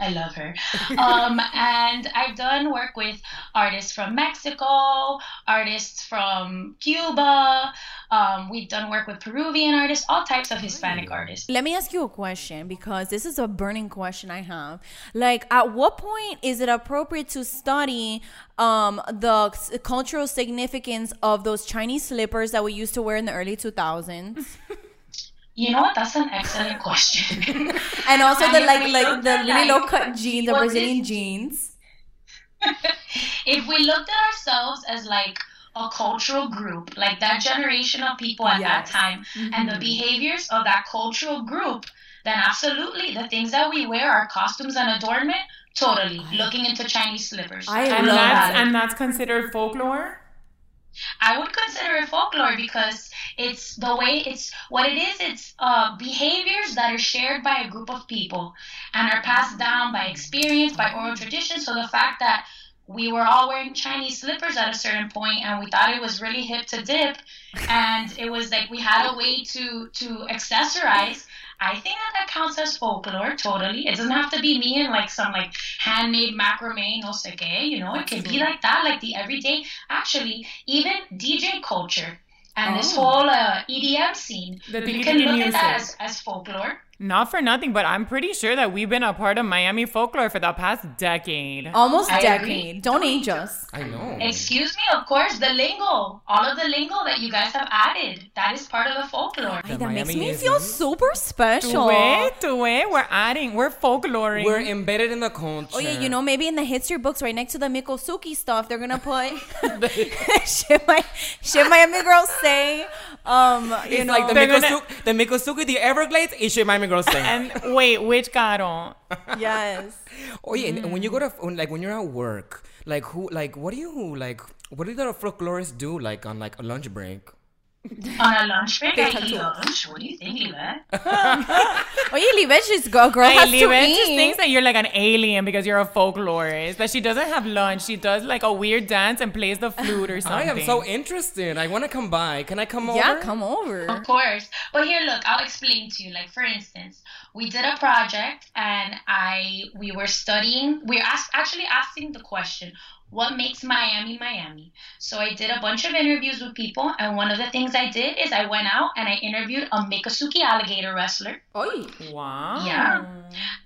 Speaker 9: I love her. Um, and I've done work with artists from Mexico, artists from Cuba. Um, we've done work with Peruvian artists, all types of Hispanic artists.
Speaker 2: Let me ask you a question because this is a burning question I have. Like, at what point is it appropriate to study um, the s- cultural significance of those Chinese slippers that we used to wear in the early 2000s,
Speaker 9: You know what? That's an excellent question.
Speaker 2: and also the
Speaker 9: I
Speaker 2: like
Speaker 9: mean,
Speaker 2: like the
Speaker 9: look
Speaker 2: really
Speaker 9: at
Speaker 2: low
Speaker 9: that.
Speaker 2: cut jeans, the
Speaker 9: What
Speaker 2: Brazilian
Speaker 9: is-
Speaker 2: jeans?
Speaker 9: if we looked at ourselves as like a cultural group, like that generation of people at that
Speaker 2: Yes. Mm-hmm.
Speaker 9: time, and the behaviors of that cultural group, then absolutely the things that we wear, our costumes and adornment, totally. Looking into Chinese slippers.
Speaker 2: I
Speaker 1: And
Speaker 2: love
Speaker 1: that's,
Speaker 2: that.
Speaker 1: and that's considered folklore?
Speaker 9: I would consider it folklore because it's the way it's what it is. It's uh, behaviors that are shared by a group of people and are passed down by experience, by oral tradition. So the fact that we were all wearing Chinese slippers at a certain point and we thought it was really hip to dip, and it was like we had a way to to accessorize. I think that that counts as folklore totally. It doesn't have to be me in like some like handmade macrame, no sé qué. You know, it can be like that, like the everyday. Actually, even DJ culture and this whole uh, EDM scene,
Speaker 1: Oh. The
Speaker 9: you
Speaker 1: tiki-tiki
Speaker 9: can look at that
Speaker 1: music.
Speaker 9: as, as folklore.
Speaker 1: Not for nothing, but I'm pretty sure that we've been a part of Miami folklore for the past decade.
Speaker 2: Almost
Speaker 9: I agree.
Speaker 2: decade. Don't age us.
Speaker 3: I
Speaker 1: Oh.
Speaker 3: know.
Speaker 9: Excuse me, of course, the lingo, all of the lingo that you guys have added, that is part of the folklore.
Speaker 2: Ay, that makes
Speaker 3: Miami
Speaker 2: me
Speaker 3: is-
Speaker 2: feel super special.
Speaker 1: Tuwe, tuwe, we're adding, we're folkloring.
Speaker 3: We're embedded in the culture.
Speaker 2: Oh yeah, you know maybe in the history books right next to the Mikosuki stuff, they're gonna put shit my shit Miami girls say. Um, you
Speaker 3: It's
Speaker 2: know,
Speaker 3: like the
Speaker 1: They're gonna-
Speaker 3: Mikosuki, the Mikosuki, the Everglades, y she Miami Girls thing.
Speaker 1: and wait, which Caro?
Speaker 2: yes.
Speaker 3: Oh yeah, and when you go to
Speaker 1: Mm.
Speaker 3: when, like when you're at work, like who, like what do you like? What do the folklorists do like on like a lunch break?
Speaker 9: On a lunch break, I eat lunch. What do you think, Lila?
Speaker 2: Oh yeah, Libet is girl. Girl
Speaker 1: I
Speaker 2: has
Speaker 1: leave
Speaker 2: to
Speaker 1: it.
Speaker 2: eat.
Speaker 1: Just thinks that you're like an alien because you're a folklorist. That she doesn't have lunch. She does like a weird dance and plays the flute or something.
Speaker 3: I am so interested. I want to come by. Can I come over?
Speaker 2: yeah, come over.
Speaker 9: Of course. But here, look, I'll explain to you. Like, for instance, we did a project and I we were studying we were ask, actually asking the question what makes Miami Miami so I did a bunch of interviews with people and one of the things I did is I went out and I interviewed a Mikasuki alligator wrestler
Speaker 2: Oy.
Speaker 1: Wow.
Speaker 9: yeah.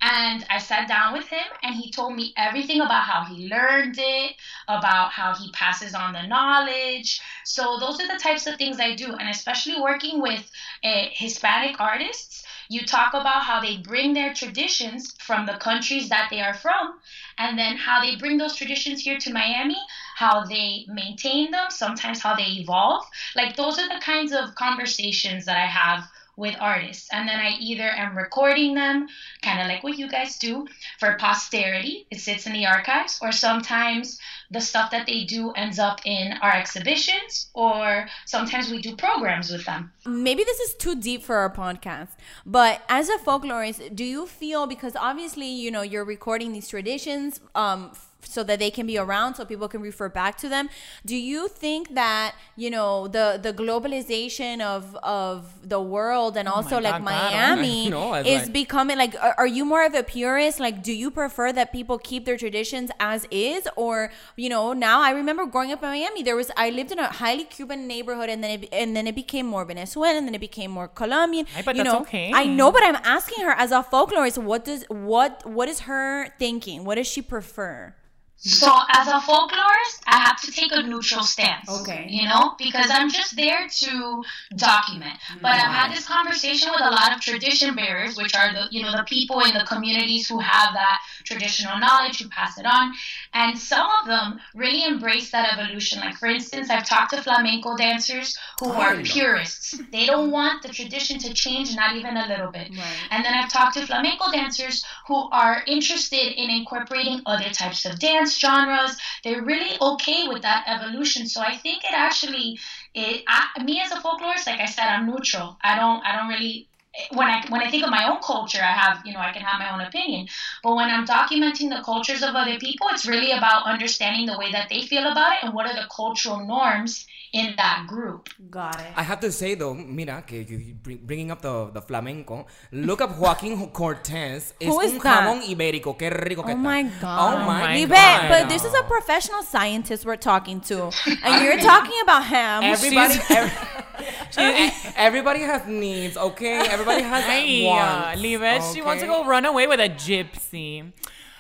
Speaker 9: And I sat down with him and he told me everything about how he learned it, about how he passes on the knowledge. So those are the types of things I do. And especially working with uh, Hispanic artists, you talk about how they bring their traditions from the countries that they are from and then how they bring those traditions here to Miami, how they maintain them, sometimes how they evolve. Like those are the kinds of conversations that I have with artists. And then I either am recording them, kind of like what you guys do, for posterity. It sits in the archives, or sometimes the stuff that they do ends up in our exhibitions, or sometimes we do programs with them.
Speaker 2: Maybe this is too deep for our podcast, but as a folklorist, do you feel because obviously you know you're recording these traditions um, f- so that they can be around, so people can refer back to them? Do you think that you know the the globalization of of the world and also
Speaker 3: Oh my
Speaker 2: like
Speaker 3: God, God,
Speaker 2: Miami
Speaker 3: I know, I
Speaker 2: is
Speaker 3: like-
Speaker 2: becoming like are, are you more of a purist? Like, do you prefer that people keep their traditions as is, or you know now I remember growing up in Miami, there was I lived in a highly Cuban neighborhood, and then it, and then it became more Venezuelan, and then it became more Colombian.
Speaker 1: Hey, but
Speaker 2: you
Speaker 1: that's
Speaker 2: know,
Speaker 1: okay.
Speaker 2: I know, but I'm asking her as a folklorist, what does what what is her thinking? What does she prefer?
Speaker 9: So as a folklorist, I have to take a neutral stance.
Speaker 2: Okay.
Speaker 9: You know, because I'm just there to document. But I've had this conversation with a lot of tradition bearers, which are the you know the people in the communities who have that traditional knowledge, who pass it on, and some of them really embrace that evolution. Like for instance, I've talked to flamenco dancers who are purists. They don't want the tradition to change, not even a little bit. And then I've talked to flamenco dancers who are interested in incorporating other types of dance genres. They're really okay with that evolution. So I think it actually, it I, me as a folklorist, like I said, I'm neutral. I don't, I don't really. When I when I think of my own culture, I have you know I can have my own opinion, but when I'm documenting the cultures of other people, it's really about understanding the way that they feel about it and what are the cultural norms in that group.
Speaker 2: Got it.
Speaker 3: I have to say though, mira, que you, you bring, bringing up the, the flamenco, look up Joaquin Cortez. Es
Speaker 2: Who is
Speaker 3: un
Speaker 2: that?
Speaker 3: jamón ibérico. Qué rico que
Speaker 2: Oh
Speaker 3: está.
Speaker 2: my god!
Speaker 3: Oh my
Speaker 2: Libe,
Speaker 3: god.
Speaker 2: But this is a professional scientist we're talking to, and you're talking about him.
Speaker 3: Everybody,
Speaker 1: She's-
Speaker 3: every- everybody has needs, okay? Everybody has
Speaker 1: Hey, uh,
Speaker 3: wants.
Speaker 1: leave it. She wants to
Speaker 3: okay?
Speaker 1: go run away with a gypsy.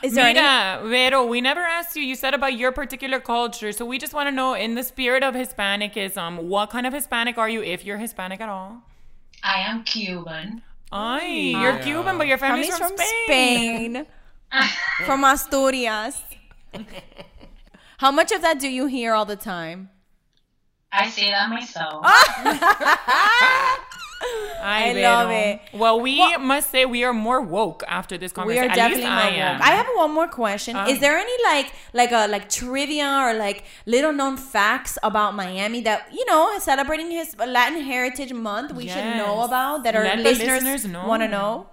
Speaker 2: Is there any-
Speaker 1: Mira, Vero, we never asked you. You said about your particular culture. So we just want to know, in the spirit of Hispanicism, what kind of Hispanic are you, if you're Hispanic at all?
Speaker 9: I am Cuban.
Speaker 1: Ay, you're Cuban, but your family's,
Speaker 2: Family's
Speaker 1: from, Spain.
Speaker 2: Spain. from Asturias. How much of that do you hear all the time?
Speaker 9: I say that myself.
Speaker 1: Ay,
Speaker 2: I
Speaker 1: Vero.
Speaker 2: love it.
Speaker 1: Well, we must say we are more woke after this
Speaker 2: We are
Speaker 1: conversation. At least
Speaker 2: definitely
Speaker 1: I
Speaker 2: more
Speaker 1: am. Oh.
Speaker 2: woke. I have one more question. Is there any like like a like trivia or like little known facts about Miami that you know celebrating his Latin Heritage Month we should know
Speaker 1: Yes.
Speaker 2: about that our
Speaker 1: Let the
Speaker 2: listeners,
Speaker 1: listeners know.
Speaker 2: want to know?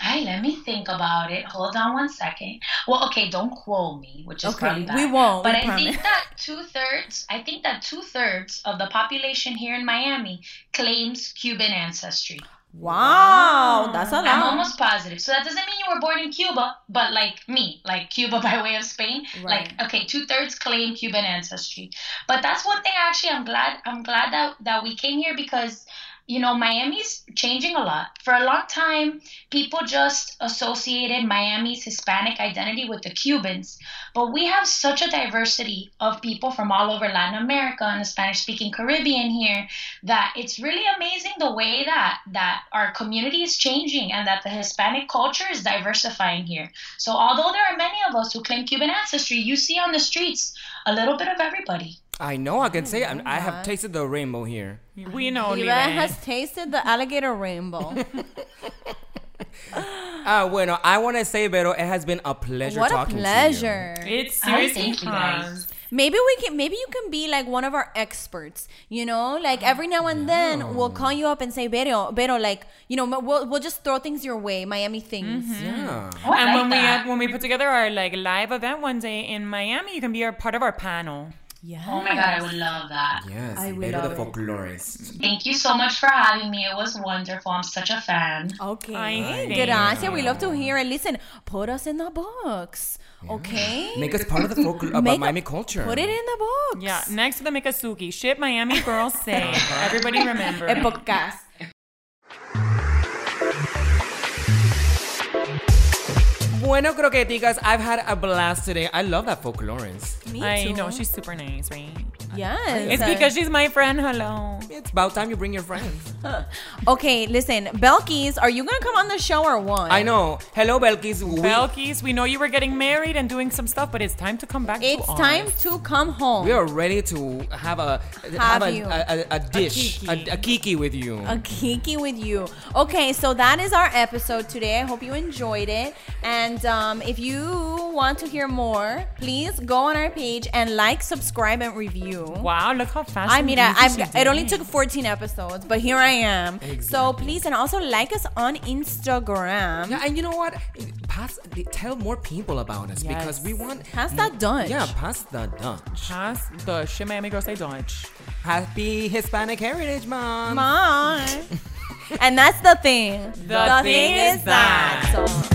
Speaker 9: Hey, let me think about it. Hold on one second. Well, okay, don't quote me, which is
Speaker 2: Okay,
Speaker 9: probably bad.
Speaker 2: we won't,
Speaker 9: But
Speaker 2: we
Speaker 9: I
Speaker 2: promise.
Speaker 9: think that two thirds. I think that two thirds of the population here in Miami claims Cuban ancestry.
Speaker 2: Wow, that's a lot.
Speaker 9: I'm almost positive. So that doesn't mean you were born in Cuba, but like me, like Cuba by way of Spain.
Speaker 2: Right.
Speaker 9: Like okay, two thirds claim Cuban ancestry. But that's one thing actually I'm glad I'm glad that, that we came here because you know, Miami's changing a lot. For a long time, people just associated Miami's Hispanic identity with the Cubans. But we have such a diversity of people from all over Latin America and the Spanish speaking Caribbean here that it's really amazing the way that that our community is changing and that the Hispanic culture is diversifying here. So although there are many of us who claim Cuban ancestry, you see on the streets a little bit of everybody.
Speaker 3: I know, I
Speaker 2: Oh
Speaker 3: can say I'm, I have tasted the rainbow here.
Speaker 1: we know,
Speaker 2: Eva
Speaker 1: Live.
Speaker 2: has tasted the alligator rainbow.
Speaker 3: Ah, bueno, I want to say, Vero, it has been a pleasure
Speaker 2: what a
Speaker 3: talking to you.
Speaker 2: pleasure!
Speaker 1: It's
Speaker 9: I
Speaker 1: seriously
Speaker 9: thank you guys.
Speaker 2: Maybe we can. Maybe you can be like one of our experts. You know, like every now and then we'll call you up and say, "Vero, Vero," like you know, we'll we'll just throw things your way, Miami things.
Speaker 1: Mm-hmm.
Speaker 3: Yeah.
Speaker 9: Oh, I
Speaker 1: And
Speaker 9: like
Speaker 1: when we
Speaker 9: that.
Speaker 1: had, when we put together our like live event one day in Miami, you can be a part of our panel.
Speaker 2: Yes.
Speaker 9: Oh my god, I would love that.
Speaker 3: Yes,
Speaker 2: I would
Speaker 3: Beto the
Speaker 2: love it.
Speaker 3: folklorist.
Speaker 9: Thank you so much for having me. It was wonderful. I'm such a fan.
Speaker 2: Okay.
Speaker 1: Ay,
Speaker 2: Gracias. We love to hear and listen. Put us in the books. Okay.
Speaker 3: Make us part of the folklore
Speaker 2: Make
Speaker 3: about
Speaker 2: a-
Speaker 3: Miami culture.
Speaker 2: Put it in the books.
Speaker 1: Yeah, next to the Mikasuki. Shit Miami girls say. Everybody remember.
Speaker 2: Épocas.
Speaker 3: Bueno, croqueticas, I've had a blast today. I love that folklorist.
Speaker 2: Me too.
Speaker 1: I know, she's super nice, right?
Speaker 2: Yes.
Speaker 1: It's because she's my friend, hello.
Speaker 3: It's about time you bring your friends.
Speaker 2: Okay, listen, Belkis, are you gonna come on the show or what?
Speaker 3: I know. Hello, Belkis. We-
Speaker 1: Belkis, we know you were getting married and doing some stuff, but it's time to come back
Speaker 2: It's
Speaker 1: to ours.
Speaker 2: time to come home.
Speaker 3: We are ready to have a
Speaker 2: Have
Speaker 3: a,
Speaker 2: you.
Speaker 3: a, a, a dish,
Speaker 1: kiki.
Speaker 3: a kiki, a, kiki with you.
Speaker 2: a kiki with you. Okay, so that is our episode today. I hope you enjoyed it. And um, if you want to hear more, please go on our page and like, subscribe, and review.
Speaker 1: Wow, look how fast.
Speaker 2: I
Speaker 1: and
Speaker 2: mean,
Speaker 1: easy
Speaker 2: I- I've
Speaker 1: she
Speaker 2: got,
Speaker 1: did
Speaker 2: it only took 14 episodes, but here I am. So
Speaker 3: Exactly.
Speaker 2: please, and also like us on Instagram.
Speaker 3: Yeah, and you know what? Pass, tell more people about us because we want.
Speaker 2: Pass that Dutch.
Speaker 3: Yeah, pass the Dutch.
Speaker 1: Pass the shit Miami girls say Dutch.
Speaker 3: Happy Hispanic Heritage Month.
Speaker 2: Mom. and that's the thing. The,
Speaker 1: thing is that.
Speaker 2: So-